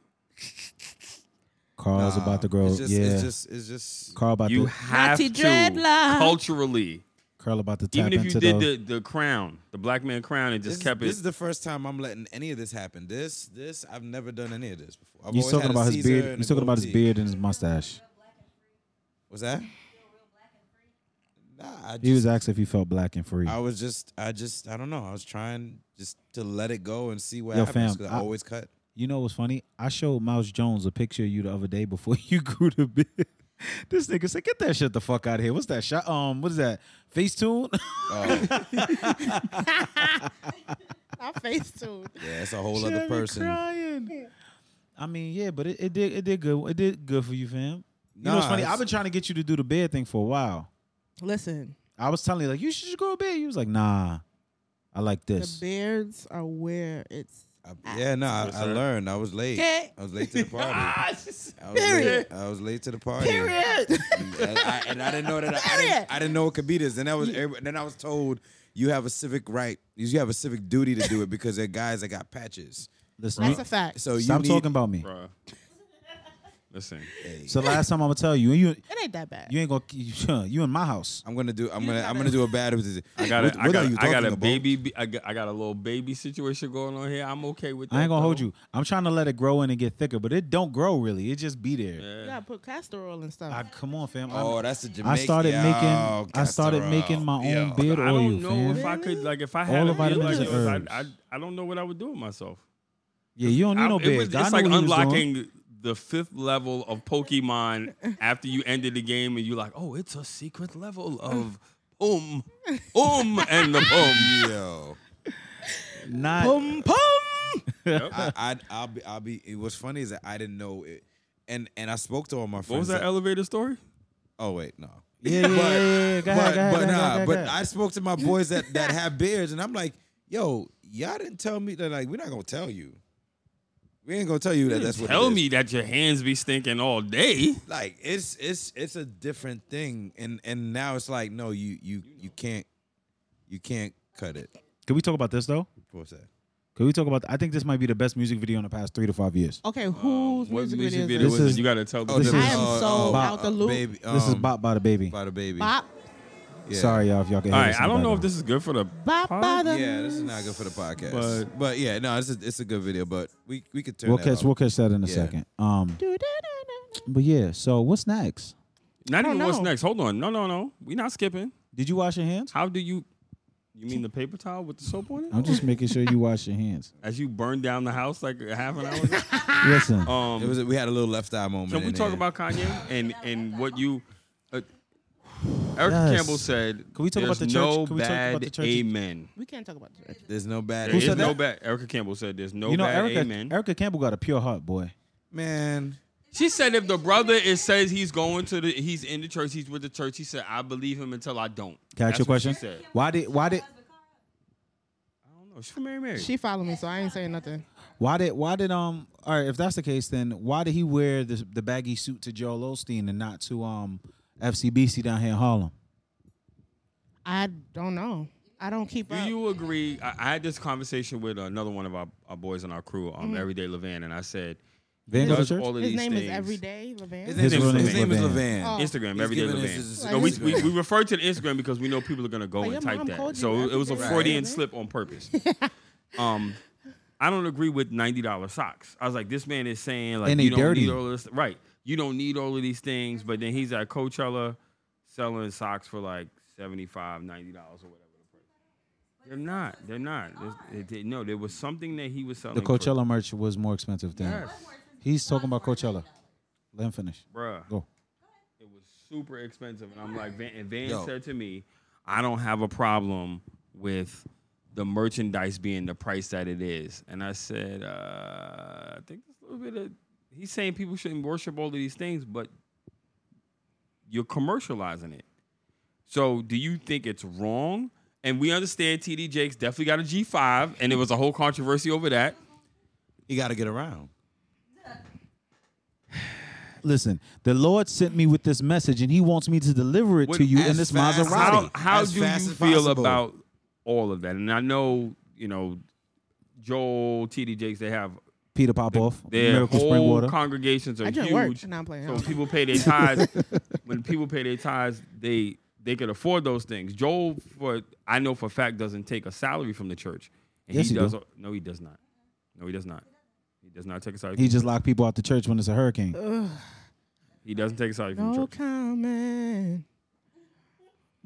Speaker 1: Carl's
Speaker 4: nah.
Speaker 1: about to grow.
Speaker 4: It's just,
Speaker 1: yeah,
Speaker 4: it's just, it's just.
Speaker 1: Carl about
Speaker 3: You
Speaker 1: to
Speaker 3: have
Speaker 2: Naughty
Speaker 3: to
Speaker 2: dreadlocks.
Speaker 3: culturally,
Speaker 1: Carl about to tap
Speaker 3: even if you
Speaker 1: into
Speaker 3: did
Speaker 1: the,
Speaker 3: the, the crown, the black man crown, and
Speaker 4: This,
Speaker 3: just
Speaker 4: is-
Speaker 3: kept it.
Speaker 4: this is the first time I'm letting any of this happen. This, this, I've never done any of this before. I've
Speaker 1: He's
Speaker 4: always
Speaker 1: talking
Speaker 4: had a
Speaker 1: about his
Speaker 4: Caesar
Speaker 1: beard.
Speaker 4: and
Speaker 1: He's
Speaker 4: a
Speaker 1: talking
Speaker 4: gold
Speaker 1: about his
Speaker 4: tee.
Speaker 1: beard and his mustache.
Speaker 4: Was that? Nah, I
Speaker 1: He was
Speaker 4: just,
Speaker 1: asked if he felt black and free.
Speaker 4: I was just, I just, I don't know. I was trying just to let it go and see what
Speaker 1: Yo, fam,
Speaker 4: happens. 'cause
Speaker 1: I-
Speaker 4: I
Speaker 1: *laughs*
Speaker 4: always cut.
Speaker 1: You know what's funny? I showed Mouse Jones a picture of you the other day before *laughs* you grew the beard. This nigga said, "Get that shit the fuck out of here." What's that shot? Um, what is that? Facetune?
Speaker 4: Oh, yeah,
Speaker 2: my face too.
Speaker 4: it's a *laughs* whole
Speaker 1: Shit, I
Speaker 4: other
Speaker 1: be
Speaker 4: person.
Speaker 1: Crying. I mean, yeah, but it, it did it did good. It did good for you, fam. You know
Speaker 4: Nah,
Speaker 1: what's funny?
Speaker 4: it's-
Speaker 1: I've been trying to get you to do the beard thing for a while.
Speaker 2: Listen,
Speaker 1: I was telling you like you should just grow a beard. You was like, nah, I like
Speaker 2: the
Speaker 1: this.
Speaker 2: beards are where it's
Speaker 4: I- yeah, no, I,
Speaker 3: Yes,
Speaker 4: I
Speaker 3: sir.
Speaker 4: learned. I was late.
Speaker 2: Okay.
Speaker 4: I was
Speaker 1: *laughs*
Speaker 4: late to the party. I was
Speaker 2: Period.
Speaker 4: Late. I was late to the party.
Speaker 2: period. *laughs*
Speaker 4: and, I, and I didn't know that. I, I, didn't, I didn't know it could be this. And that was. every- Then I was told you have a civic right. You have a civic duty to do it because there are guys that got patches.
Speaker 1: Listen,
Speaker 2: That's
Speaker 1: you-
Speaker 2: a fact.
Speaker 4: So you
Speaker 1: stop
Speaker 4: need,
Speaker 1: talking about me.
Speaker 3: Bruh. Listen,
Speaker 1: So last time I'm gonna tell you, you
Speaker 2: it ain't that bad.
Speaker 1: you ain't gonna you, *laughs* you in my house.
Speaker 4: I'm gonna do. I'm gonna. I'm gonna do a bad. with this.
Speaker 3: *laughs* I got a,
Speaker 4: What-
Speaker 3: I
Speaker 4: what
Speaker 3: got
Speaker 4: are
Speaker 3: a,
Speaker 4: you
Speaker 3: I got
Speaker 4: talking
Speaker 3: a
Speaker 4: about?
Speaker 3: baby. be- I got, I got a little baby situation going on here. I'm okay with that.
Speaker 1: I ain't gonna hold
Speaker 3: though.
Speaker 1: you. I'm trying to let it grow in and get thicker, but it don't grow really. It just be there.
Speaker 2: You gotta put castor oil and stuff.
Speaker 1: I, come on, fam. I'm-
Speaker 4: Oh, that's a Jamaican.
Speaker 1: I started
Speaker 4: Yo,
Speaker 1: making. I started
Speaker 4: casserole.
Speaker 1: making my own
Speaker 4: Yo.
Speaker 1: beard
Speaker 3: I
Speaker 1: oil.
Speaker 3: don't know
Speaker 1: fam.
Speaker 3: if I could like if I
Speaker 1: All
Speaker 3: had
Speaker 1: the
Speaker 3: a beard
Speaker 1: vitamins
Speaker 3: like
Speaker 1: and
Speaker 3: this, I,
Speaker 1: herbs.
Speaker 3: I I don't know what I would do with myself.
Speaker 1: yeah, you don't need
Speaker 3: I-
Speaker 1: no
Speaker 3: it
Speaker 1: beard.
Speaker 3: was-
Speaker 1: God
Speaker 3: it's
Speaker 1: know
Speaker 3: like
Speaker 1: what he was doing.
Speaker 3: unlocking the fifth level of Pokemon after you ended the game, and you're like, oh, it's a secret level of um, um, and
Speaker 1: *laughs*
Speaker 3: the um.
Speaker 4: Yo,
Speaker 1: Not
Speaker 2: Pum pum.
Speaker 4: I, I, I'll be. I'll be. It was funny is that I didn't know it. And and I spoke to all my friends.
Speaker 3: What was
Speaker 1: uh,
Speaker 3: that elevator story?
Speaker 4: Oh wait, no.
Speaker 1: Yeah, yeah,
Speaker 4: But-
Speaker 1: yeah, yeah, yeah. Go ahead,
Speaker 4: but,
Speaker 1: go ahead,
Speaker 4: but
Speaker 1: go ahead,
Speaker 4: nah,
Speaker 1: go ahead, go
Speaker 4: but
Speaker 1: ahead.
Speaker 4: I spoke to my boys that that have beards, and I'm like, yo, y'all didn't tell me that. Like, we're not gonna tell you. We ain't gonna tell you that. That's what. it
Speaker 3: Tell
Speaker 4: is.
Speaker 3: me that your hands be stinking all day.
Speaker 4: Like, it's it's it's a different thing, and and now it's like, no, you you you can't you can't cut it.
Speaker 1: Can we talk about this though?
Speaker 4: What's that?
Speaker 1: Can we talk about? I think this might be the best music video in the past three to five years.
Speaker 2: Okay, whose
Speaker 3: What
Speaker 2: music, video,
Speaker 1: it?
Speaker 2: is
Speaker 1: This
Speaker 3: was
Speaker 1: is-
Speaker 3: it? You gotta tell
Speaker 4: Oh,
Speaker 1: Oh, this
Speaker 3: the-
Speaker 1: is-
Speaker 2: I am so out the loop.
Speaker 4: uh, Baby,
Speaker 1: This is
Speaker 4: um,
Speaker 1: Bop by the Baby.
Speaker 4: By the baby.
Speaker 2: it? Bop
Speaker 4: Yeah.
Speaker 1: Sorry, y'all. If y'all can.
Speaker 3: All right, I don't know if this is good for the
Speaker 2: bop
Speaker 3: pod,
Speaker 2: by the.
Speaker 4: Yeah, this is not good for the podcast. But,
Speaker 3: But-
Speaker 4: yeah, no, it's a, it's a good video, but we we could turn.
Speaker 1: We'll
Speaker 4: that
Speaker 1: catch.
Speaker 4: off.
Speaker 1: We'll catch that in a
Speaker 4: Yeah.
Speaker 1: second. Um,
Speaker 2: Do-da-da-da-da.
Speaker 1: but yeah. So what's next?
Speaker 3: Not
Speaker 2: I
Speaker 3: even
Speaker 2: don't
Speaker 3: what's
Speaker 2: know.
Speaker 3: next. Hold on. No, no, no. We're not skipping.
Speaker 1: Did you wash your hands?
Speaker 3: How do you? You mean the paper towel with the soap on it?
Speaker 1: I'm just making sure you wash your
Speaker 3: *laughs*
Speaker 1: hands.
Speaker 3: As you burned down the house like a half
Speaker 1: *laughs*
Speaker 3: an hour ago.
Speaker 1: Listen,
Speaker 3: Um,
Speaker 4: It was we had a little left eye moment.
Speaker 3: Can we
Speaker 4: in
Speaker 3: talk
Speaker 4: there.
Speaker 3: about Kanye and and what you? Uh, Eric
Speaker 1: Yes.
Speaker 3: Campbell said.
Speaker 1: Can we talk about
Speaker 3: "There's
Speaker 1: the church?
Speaker 3: No
Speaker 1: Can we talk
Speaker 3: bad
Speaker 1: about the church?"
Speaker 3: amen.
Speaker 2: We can't talk about this.
Speaker 4: There's no bad.
Speaker 3: There is
Speaker 1: said
Speaker 3: no
Speaker 1: that?
Speaker 3: bad. Erica Campbell said there's no
Speaker 1: you know
Speaker 3: bad
Speaker 1: Erica.
Speaker 3: amen.
Speaker 1: Erica Campbell got a pure heart, boy.
Speaker 4: Man,
Speaker 3: she said if the brother is says he's going to the he's in the church he's with the church he said I believe him until I don't.
Speaker 1: Can I ask
Speaker 3: That's
Speaker 1: you a
Speaker 3: what she
Speaker 1: question?
Speaker 3: said.
Speaker 1: Why did Why did
Speaker 3: know. She's from Mary Mary.
Speaker 2: She followed me, so I ain't saying nothing.
Speaker 1: Why did why did um all right if that's the case then why did he wear the the baggy suit to Joel Osteen and not to um FCBC down here in Harlem?
Speaker 2: I don't know. I don't keep
Speaker 3: Do
Speaker 2: up.
Speaker 3: you agree? I, I had this conversation with another one of our, our boys in our crew, um, Everyday Levan, and I said,
Speaker 1: Van
Speaker 3: does
Speaker 1: goes to church.
Speaker 3: all of
Speaker 2: His
Speaker 3: these
Speaker 2: name
Speaker 3: things,
Speaker 2: is Everyday Levan.
Speaker 4: His,
Speaker 1: His
Speaker 4: name,
Speaker 1: real
Speaker 4: is,
Speaker 1: name is
Speaker 4: his name is
Speaker 1: Levan.
Speaker 4: Levan.
Speaker 2: Oh.
Speaker 3: Instagram,
Speaker 4: He's
Speaker 3: Everyday
Speaker 4: giving us
Speaker 3: Levan.
Speaker 4: his-
Speaker 3: But we,
Speaker 2: his-
Speaker 3: we, we referred to an Instagram because we know people are going to go
Speaker 2: Like, your
Speaker 3: and type
Speaker 2: mom
Speaker 3: that.
Speaker 2: called you
Speaker 3: So it
Speaker 2: Everyday
Speaker 3: was a
Speaker 2: Levan.
Speaker 3: 40-inch slip on purpose. um, I don't agree with $90 socks. I was like, this man is saying, like,
Speaker 1: And they
Speaker 3: you don't
Speaker 1: dirty.
Speaker 3: need all of this. Right. You don't need all of these things. But then he's at Coachella selling socks for like $75, $90 or whatever. the price. They're not. They're not. There's- it- it- no, there was something that he was selling.
Speaker 1: The
Speaker 3: for-
Speaker 1: Coachella merch was more expensive than
Speaker 3: Yes.
Speaker 1: he's talking about Coachella. Let him finish.
Speaker 3: Bruh.
Speaker 1: Go.
Speaker 3: It was super expensive, and I'm like, Van, and Van
Speaker 4: Yo.
Speaker 3: said to me, I don't have a problem with the merchandise being the price that it is, and I said, uh, I think there's a little bit of. He's saying people shouldn't worship all of these things, but you're commercializing it. So, do you think it's wrong? And we understand TD Jakes definitely got a G5, and it was a whole controversy over that.
Speaker 4: He got to get around.
Speaker 1: Listen, the Lord sent me with this message and he wants me to deliver it
Speaker 3: What-
Speaker 1: to you in
Speaker 4: as
Speaker 1: this
Speaker 4: fast-
Speaker 1: Maserati.
Speaker 4: Roddy,
Speaker 3: How, how
Speaker 4: as
Speaker 3: do you
Speaker 4: fast as
Speaker 3: feel
Speaker 4: possible.
Speaker 3: about all of that? And I know, you know, Joel, TD Jakes, they have
Speaker 1: Peter Popoff,
Speaker 3: their
Speaker 1: Miracle
Speaker 3: whole
Speaker 1: Spring Water.
Speaker 3: congregations are
Speaker 2: I
Speaker 3: huge.
Speaker 2: didn't work. No, I'm playing.
Speaker 3: So when people pay their
Speaker 4: *laughs*
Speaker 3: tithes, when people pay their tithes, they they could afford those things. Joel, for I know for a fact, doesn't take a salary from the church. And
Speaker 1: Yes, he
Speaker 3: does.
Speaker 1: do.
Speaker 3: No, he does not. No, he does not. He does not take a salary.
Speaker 1: he
Speaker 3: He,
Speaker 1: just locked people out the church when it's a hurricane.
Speaker 3: Uh, he doesn't take a salary from the
Speaker 2: no
Speaker 3: church.
Speaker 2: comment.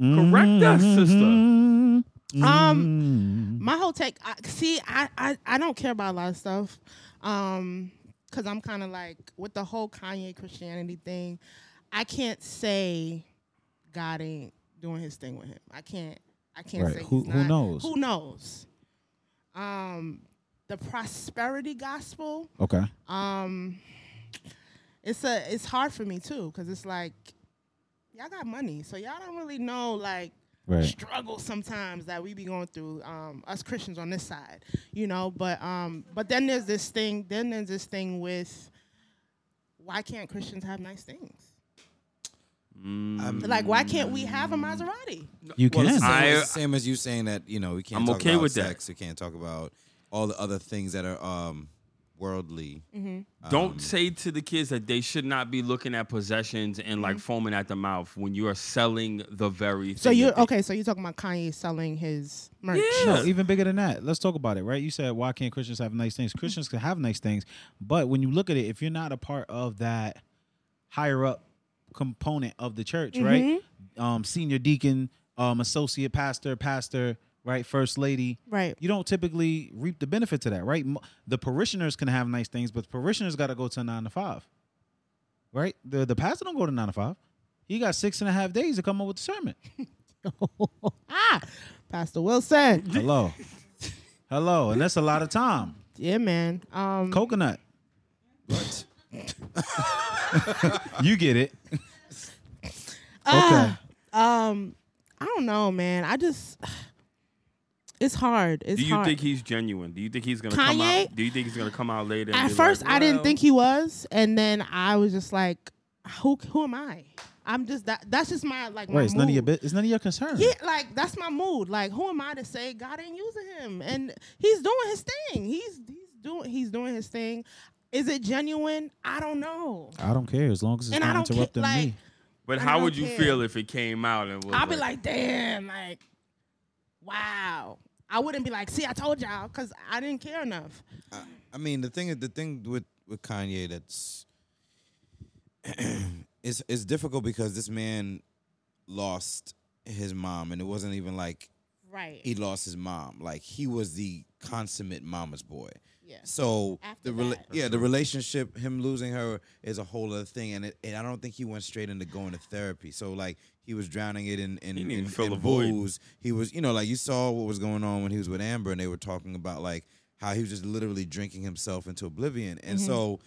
Speaker 3: Correct us,
Speaker 1: Mm-hmm.
Speaker 3: sister.
Speaker 1: Mm,
Speaker 2: Um, my whole take. I, see, I, I I don't care about a lot of stuff, um, because I'm kind of like with the whole Kanye Christianity thing. I can't say God ain't doing his thing with him. I can't. I can't
Speaker 1: Right.
Speaker 2: say
Speaker 1: Who-
Speaker 2: he's
Speaker 1: who
Speaker 2: not.
Speaker 1: knows?
Speaker 2: Who knows? Um, the prosperity gospel.
Speaker 1: Okay.
Speaker 2: um it's a it's hard for me too because it's like y'all got money so y'all don't really know like
Speaker 1: Right.
Speaker 2: struggle sometimes that we be going through um us christians on this side you know but um but then there's this thing then there's this thing with why can't christians have nice things like why can't we have a maserati
Speaker 1: You
Speaker 3: Well,
Speaker 1: can.
Speaker 4: Same,
Speaker 3: I-
Speaker 4: as, same as you saying that you know we can't
Speaker 3: I'm
Speaker 4: talk
Speaker 3: okay
Speaker 4: about
Speaker 3: with that.
Speaker 4: sex. We can't talk about all the other things that are um, worldly.
Speaker 2: Mm-hmm.
Speaker 3: Don't say to the kids that they should not be looking at possessions and like foaming at the mouth when you are selling the very thing.
Speaker 2: so you're
Speaker 3: that
Speaker 2: okay so you're talking about kanye selling his merch
Speaker 3: Yeah.
Speaker 1: No, even bigger than that. Let's talk about it, right? You said why can't Christians have nice things? Christians can have nice things, but when you look at it, if you're not a part of that higher up component of the church, right?
Speaker 3: Mm-hmm.
Speaker 1: Um, senior deacon, um, associate pastor, pastor, right, first lady,
Speaker 2: Right.
Speaker 1: You don't typically reap the benefit to that, right? Mo- The parishioners can have nice things, but parishioners got to go to nine to five, right? The the pastor don't go to nine to five. He got six and a half days to come up with the sermon.
Speaker 2: ah pastor wilson
Speaker 1: Hello, *laughs* hello, and that's a lot of time.
Speaker 2: yeah man um
Speaker 1: coconut.
Speaker 4: What?
Speaker 1: *laughs* You get it. okay.
Speaker 2: Uh, Um, I don't know, man. I just *sighs* it's hard. It's
Speaker 3: Do you
Speaker 2: hard.
Speaker 3: think he's genuine? Do you think he's gonna come
Speaker 2: Kanye?
Speaker 3: out? Do you think he's gonna come out later? and
Speaker 2: At
Speaker 3: be
Speaker 2: first,
Speaker 3: like,
Speaker 2: I didn't
Speaker 3: "Well,
Speaker 2: think he was, and then I was just like, "Who? Who am I? I'm just that. That's just my like my
Speaker 1: Right, it's none of your
Speaker 2: mood.
Speaker 1: bit. It's none of your concern.
Speaker 2: Yeah, like that's my mood. Like, who am I to say God ain't using him? And he's doing his thing. He's he's doing he's doing his thing. Is it genuine? I don't know.
Speaker 1: I don't care as long as it's
Speaker 2: And I
Speaker 1: not
Speaker 2: don't care.
Speaker 1: interrupting
Speaker 2: Like,
Speaker 1: me.
Speaker 3: But
Speaker 2: I
Speaker 3: how
Speaker 2: don't
Speaker 3: would you
Speaker 2: care.
Speaker 3: feel if it came out and was?
Speaker 2: I'll be like, damn, like, wow. I wouldn't be like, see, I told y'all, because I didn't care enough.
Speaker 4: I, I mean, the thing the thing with with Kanye that's *clears throat* it's it's difficult because this man lost his mom, and it wasn't even like
Speaker 2: Right.
Speaker 4: he lost his mom. Like he was the consummate mama's boy.
Speaker 2: Yeah.
Speaker 4: So
Speaker 2: After
Speaker 4: the rela-
Speaker 2: that.
Speaker 4: yeah, the relationship, him losing her is a whole other thing, and it, and I don't think he went straight into going to therapy. So like he was drowning it in in,
Speaker 3: He
Speaker 4: in,
Speaker 3: didn't even
Speaker 4: in,
Speaker 3: fill the void.
Speaker 4: booze. He was you know like you saw what was going on when he was with Amber, and they were talking about like how he was just literally drinking himself into oblivion. And
Speaker 2: Mm-hmm.
Speaker 4: so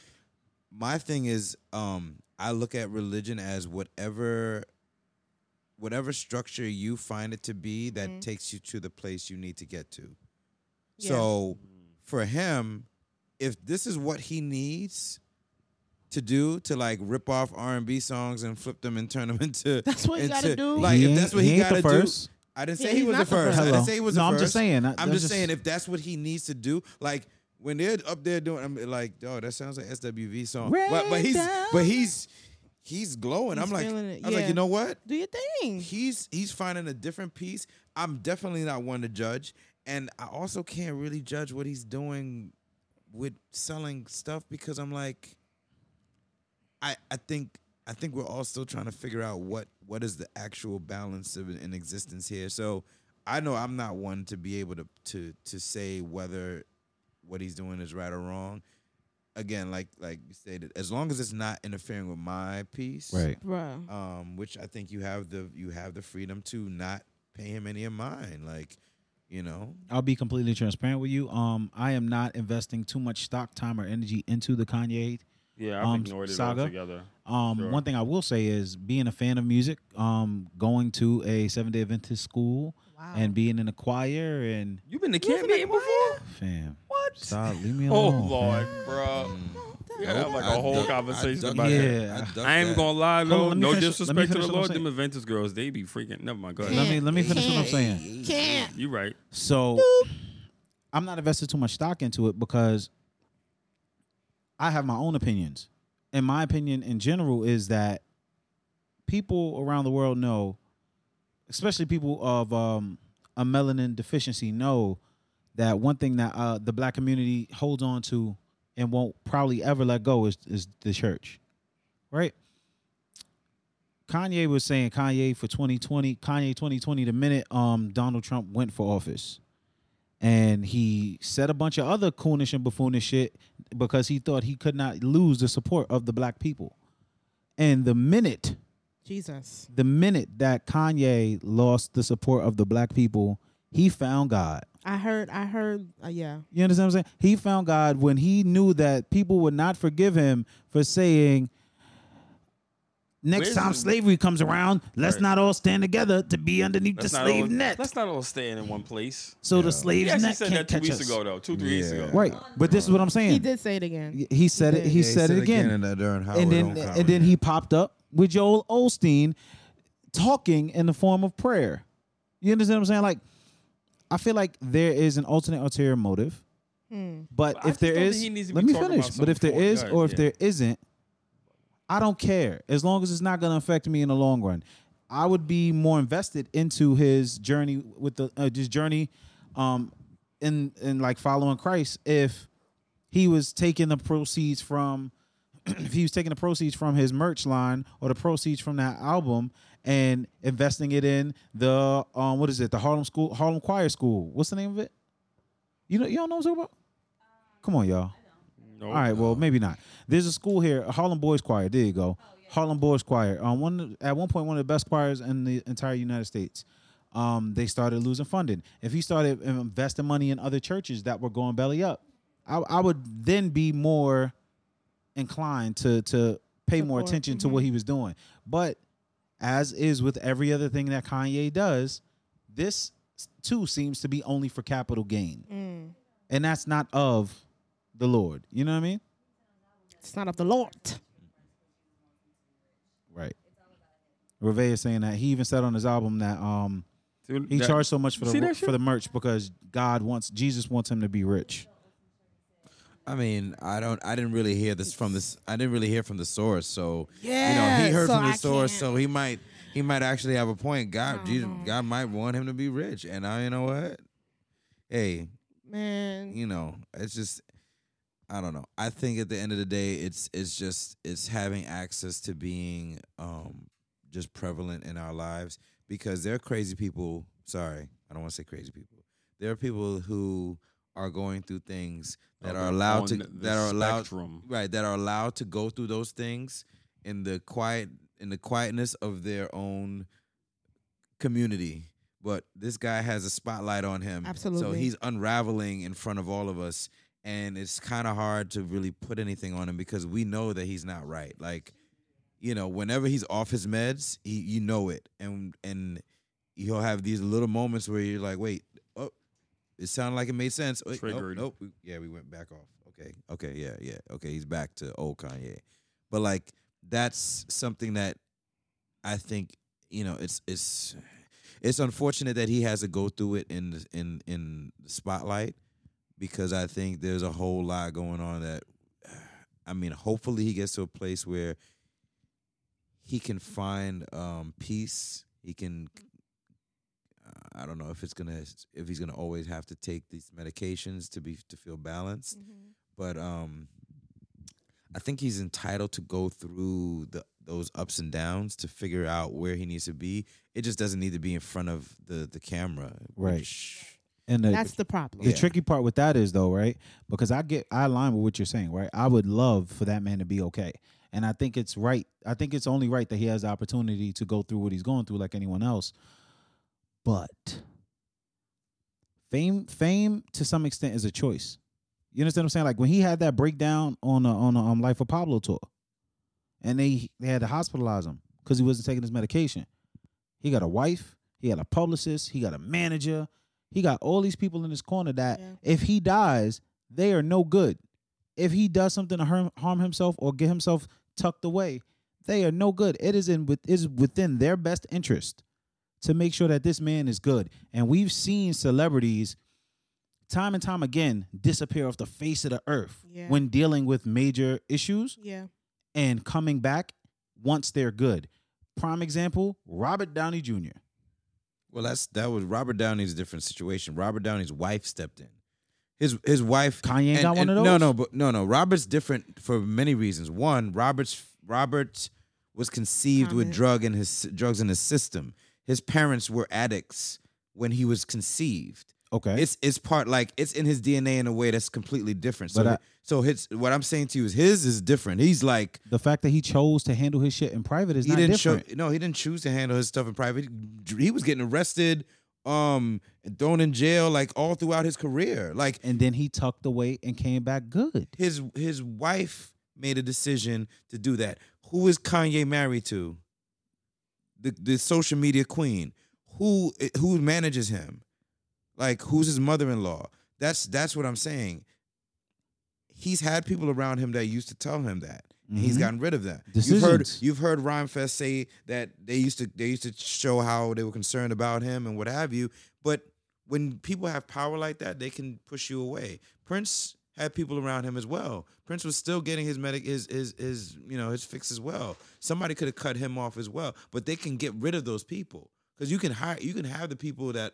Speaker 4: my thing is, um, I look at religion as whatever
Speaker 2: Mm-hmm.
Speaker 4: whatever structure you find it to be that takes you to the place you need to get to. So for him, if this is what he needs to do to like rip off R and B songs and flip them and turn them *laughs* into
Speaker 2: That's what you
Speaker 4: into-
Speaker 2: gotta do.
Speaker 4: Like
Speaker 1: He
Speaker 4: if
Speaker 1: ain't-
Speaker 4: that's what
Speaker 1: he
Speaker 4: he,
Speaker 1: ain't
Speaker 4: gotta
Speaker 1: the first.
Speaker 4: do. I didn't
Speaker 2: Yeah,
Speaker 4: say he
Speaker 2: he's
Speaker 4: was the
Speaker 2: not the
Speaker 4: first.
Speaker 2: first.
Speaker 4: I
Speaker 1: Hello.
Speaker 4: didn't say he was
Speaker 1: No,
Speaker 4: the
Speaker 1: I'm
Speaker 4: first.
Speaker 1: just saying, I-
Speaker 4: I'm
Speaker 1: that's
Speaker 4: just
Speaker 1: just-
Speaker 4: saying if that's what he needs to do, like when they're up there doing, I'm like, oh, that sounds like SWV song. But, but he's
Speaker 2: Red
Speaker 4: but he's he's glowing.
Speaker 2: He's
Speaker 4: I'm like,
Speaker 2: feeling it,
Speaker 4: I was like,
Speaker 2: yeah.
Speaker 4: you know what?
Speaker 2: Do your thing.
Speaker 4: he's he's finding a different piece. I'm definitely not one to judge, and I also can't really judge what he's doing with selling stuff because I'm like, I I think I think we're all still trying to figure out what what is the actual balance of in existence here. So I know I'm not one to be able to to to say whether what he's doing is right or wrong. Again, like like you stated, as long as it's not interfering with my piece,
Speaker 1: Right.
Speaker 2: Bruh.
Speaker 4: um, which I think you have the you have the freedom to not pay him any of mine. Like, you know,
Speaker 1: I'll be completely transparent with you. Um, I am not investing too much stock, time, or energy into the Kanye.
Speaker 3: Yeah, I've
Speaker 1: Um,
Speaker 3: ignored it
Speaker 1: Saga?
Speaker 3: altogether.
Speaker 1: Um,
Speaker 3: Sure.
Speaker 1: one thing I will say is being a fan of music, um, going to a seven day Adventist school
Speaker 2: Wow.
Speaker 1: and being in a choir and
Speaker 3: You've been to camp meeting before?
Speaker 1: fam,
Speaker 3: What?
Speaker 1: stop, leave me
Speaker 3: *laughs* Oh
Speaker 1: alone.
Speaker 3: lord,
Speaker 1: fam.
Speaker 3: bro.
Speaker 4: Mm.
Speaker 3: We
Speaker 4: I
Speaker 3: gotta have like a
Speaker 4: duck-
Speaker 3: whole
Speaker 4: Oh, I
Speaker 3: conversation
Speaker 4: duck
Speaker 3: about
Speaker 1: yeah.
Speaker 3: that.
Speaker 1: I
Speaker 4: duck
Speaker 3: I ain't
Speaker 4: that.
Speaker 3: gonna lie
Speaker 1: Hold on,
Speaker 3: though.
Speaker 1: let me
Speaker 3: no
Speaker 1: finish- let me
Speaker 3: disrespect to
Speaker 1: finish
Speaker 3: the
Speaker 1: what I'm
Speaker 3: Lord,
Speaker 1: saying.
Speaker 3: them Inventors girls, they be freaking. Never mind. Go ahead.
Speaker 1: Let me let me finish what I'm
Speaker 2: Can't.
Speaker 1: saying.
Speaker 2: Can't.
Speaker 3: You right.
Speaker 1: So I'm not investing too much stock into it because I have my own opinions. And my opinion in general is that people around the world know, especially people of um, a melanin deficiency, know that one thing that uh, the black community holds on to and won't probably ever let go is, is the church, right? Kanye was saying Kanye for 2020, Kanye 2020, the minute um, Donald Trump went for office. And he said a bunch of other coonish and buffoonish shit because he thought he could not lose the support of the black people. And the minute
Speaker 2: Jesus.
Speaker 1: the minute that Kanye lost the support of the black people, he found God.
Speaker 2: I heard. I heard. Uh, yeah.
Speaker 1: You understand what I'm saying? He found God when he knew that people would not forgive him for saying, next
Speaker 3: Where's
Speaker 1: time
Speaker 3: the-
Speaker 1: slavery comes around, let's
Speaker 3: Right.
Speaker 1: not all stand together to be underneath
Speaker 3: Let's
Speaker 1: the
Speaker 3: not
Speaker 1: slave
Speaker 3: all,
Speaker 1: net.
Speaker 3: Let's not all stay in one place.
Speaker 1: So the
Speaker 3: He
Speaker 1: slave's
Speaker 3: actually
Speaker 1: net
Speaker 3: said that
Speaker 1: can't
Speaker 3: two
Speaker 1: catch
Speaker 3: weeks
Speaker 1: us.
Speaker 3: ago though. Two, three weeks
Speaker 4: Yeah.
Speaker 3: ago.
Speaker 1: Right, but this is what I'm saying.
Speaker 2: He did say it again.
Speaker 1: He said it. He,
Speaker 2: He
Speaker 1: said, it again,
Speaker 4: and during Howard
Speaker 1: and then
Speaker 4: Homecoming.
Speaker 1: and then he popped up with Joel Olstein talking in the form of prayer. You understand what I'm saying? Like, I feel like there is an alternate ulterior motive, but
Speaker 3: But I
Speaker 1: if
Speaker 3: just
Speaker 1: there
Speaker 3: don't
Speaker 1: is,
Speaker 3: think he needs to
Speaker 1: let
Speaker 3: be
Speaker 1: me
Speaker 3: talking
Speaker 1: finish.
Speaker 3: about
Speaker 1: But if there
Speaker 3: something
Speaker 1: is,
Speaker 3: for-
Speaker 1: or if
Speaker 3: yeah.
Speaker 1: there isn't, I don't care as long as it's not going to affect me in the long run. I would be more invested into his journey with the uh, his journey, um, in in like following Christ if he was taking the proceeds from if he was taking the proceeds from his merch line or the proceeds from that album and investing it in the um what is it the Harlem school Harlem Choir School what's the name of it you know you don't know what I'm talking about come on y'all all right well maybe not there's a school here Harlem Boys Choir there you go Harlem Boys Choir um one at one point one of the best choirs in the entire United States um they started losing funding if he started investing money in other churches that were going belly up I, I would then be more inclined to to pay more
Speaker 2: Support, mm-hmm.
Speaker 1: attention to what he was doing. But as is with every other thing that Kanye does, this too seems to be only for capital gain.
Speaker 2: Mm.
Speaker 1: And that's not of the Lord. You know what I mean?
Speaker 2: It's not of the Lord.
Speaker 1: Right. Reve is saying that he even said on his album that um
Speaker 3: Dude,
Speaker 1: he
Speaker 3: that-
Speaker 1: charged so much for
Speaker 3: See
Speaker 1: the
Speaker 3: that shit?
Speaker 1: for the merch because God wants Jesus wants him to be rich.
Speaker 4: I mean, I don't. I didn't really hear this from this. I didn't really hear from the source. So you know,
Speaker 2: Yeah,
Speaker 4: he heard
Speaker 2: so
Speaker 4: from the
Speaker 2: I
Speaker 4: source.
Speaker 2: can't-
Speaker 4: So he might. He might actually have a point. God, Jesus, God might want him to be rich, and I, you know what? Hey,
Speaker 2: Man.
Speaker 4: you know, it's just I don't know. I think at the end of the day it's it's just it's having access to being um just prevalent in our lives because there are crazy people, sorry, I don't want to say crazy people. There are people who are going through things that are allowed to
Speaker 3: On the
Speaker 4: that are allowed
Speaker 3: spectrum.
Speaker 4: right that are allowed to go through those things in the quiet in the quietness of their own community but this guy has a spotlight on him so
Speaker 2: Absolutely.
Speaker 4: he's unraveling in front of all of us and it's kind of hard to really put anything on him because we know that he's not right like you know whenever he's off his meds he, you know it and and he'll have these little moments where you're like wait oh It sounded like it made sense. Wait, nope,
Speaker 3: Triggered.
Speaker 4: Nope. we- yeah, we went back off. Okay. Okay. Yeah. Yeah. Okay. He's back to old Kanye. But like that's something that I think you know it's it's it's unfortunate that he has to go through it in the, in in the spotlight because I think there's a whole lot going on that I mean hopefully he gets to a place where he can find um peace he can I don't know if it's gonna if he's gonna always have to take these medications to be to feel balanced but um I think he's entitled to go through the those ups and downs to figure out where he needs to be. It just doesn't need to be in front of the the camera.
Speaker 1: Right.
Speaker 4: which-
Speaker 1: And the,
Speaker 2: That's the problem.
Speaker 1: the
Speaker 4: Yeah.
Speaker 1: tricky part with that is though, right? Because I get I align with what you're saying, right? I would love for that man to be okay. And I think it's right. I think it's only right that he has the opportunity to go through what he's going through like anyone else. But fame fame to some extent is a choice. You understand what I'm saying? Like when he had that breakdown on the on the um, Life of Pablo tour, and they they had to hospitalize him because he wasn't taking his medication. He got a wife, he had a publicist, he got a manager, he got all these people in his corner that
Speaker 2: Yeah.
Speaker 1: if he dies, they are no good. If he does something to harm, harm himself or get himself tucked away, they are no good. It is in with is within their best interest to make sure that this man is good. And we've seen celebrities time and time again disappear off the face of the earth
Speaker 2: Yeah.
Speaker 1: when dealing with major issues
Speaker 2: Yeah.
Speaker 1: and coming back once they're good. Prime example, Robert Downey Jr.
Speaker 4: Well, that's that was Robert Downey's different situation. Robert Downey's wife stepped in. His his wife
Speaker 1: Kanye
Speaker 4: and-
Speaker 1: got one
Speaker 4: and-
Speaker 1: of
Speaker 4: No,
Speaker 1: those?
Speaker 4: no, but no, no. Robert's different for many reasons. One, Robert's Robert was conceived with
Speaker 2: Comment.
Speaker 4: drug in his drugs in his system. His parents were addicts when he was conceived.
Speaker 1: Okay.
Speaker 4: It's it's part like it's in his DNA in a way that's completely different. So
Speaker 1: But I-
Speaker 4: so his what I'm saying to you is his is different. He's like
Speaker 1: the fact that he chose to handle his shit in private is
Speaker 4: he
Speaker 1: not
Speaker 4: didn't
Speaker 1: different.
Speaker 4: show no he didn't choose to handle his stuff in private. He- He was getting arrested, um, and thrown in jail like all throughout his career. Like
Speaker 1: and then he tucked away and came back good.
Speaker 4: his his wife made a decision to do that. Who is Kanye married to? The the social media queen. Who eh, who manages him? Like who's his mother-in-law? That's that's what I'm saying. He's had people around him that used to tell him that. And he's
Speaker 1: Mhm.
Speaker 4: gotten rid of that. You've heard
Speaker 1: Decisions.
Speaker 4: you've heard Rhymefest say that they used to they used to show how they were concerned about him and what have you. But when people have power like that, they can push you away. Prince had people around him as well. Prince was still getting his medic his his his you know his fix as well. Somebody could have cut him off as well, but they can get rid of those people because you can hire you can have the people that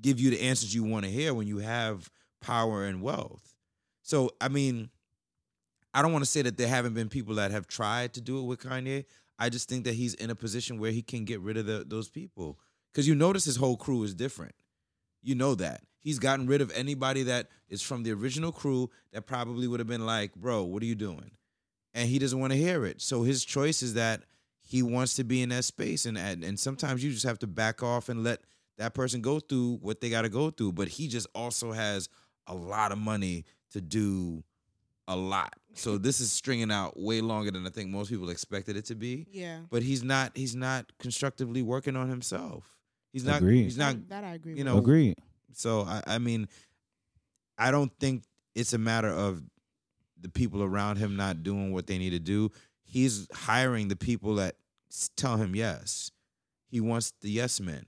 Speaker 4: give you the answers you want to hear when you have power and wealth. So I mean, I don't want to say that there haven't been people that have tried to do it with Kanye. I just think that he's in a position where he can get rid of the, those people because you notice his whole crew is different. You know that he's gotten rid of anybody that is from the original crew that probably would have been like, "Bro, what are you doing?" And he doesn't want to hear it. So his choice is that he wants to be in that space, and and, and sometimes you just have to back off and let that person go through what they got to go through. But he just also has a lot of money to do a lot. So this is stringing out way longer than I think most people expected it to be.
Speaker 2: Yeah.
Speaker 4: But he's not he's not constructively working on himself. He's not
Speaker 1: Agreed.
Speaker 4: he's not
Speaker 2: that, that I agree
Speaker 4: you
Speaker 2: with.
Speaker 4: know,
Speaker 1: Agreed.
Speaker 4: so I, I mean, I don't think it's a matter of the people around him not doing what they need to do. He's hiring the people that s- tell him yes. He wants the yes men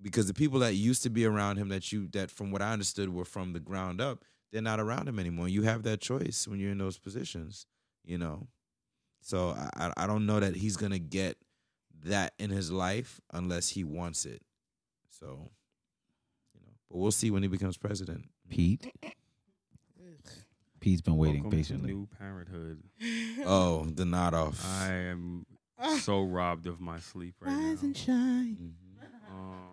Speaker 4: because the people that used to be around him that you that from what I understood were from the ground up, they're not around him anymore. You have that choice when you're in those positions, you know. So I I- I don't know that he's gonna get that in his life unless he wants it. So you know. But we'll see when he
Speaker 2: *laughs*
Speaker 4: becomes president.
Speaker 1: Pete.
Speaker 3: *laughs*
Speaker 1: Pete's been waiting
Speaker 3: Welcome to
Speaker 1: patiently.
Speaker 3: New parenthood.
Speaker 4: Oh, the nod off.
Speaker 3: I am
Speaker 2: Ah,
Speaker 3: so robbed of my sleep right
Speaker 2: Rise
Speaker 3: now.
Speaker 2: and shine.
Speaker 4: Mhm.
Speaker 3: Um,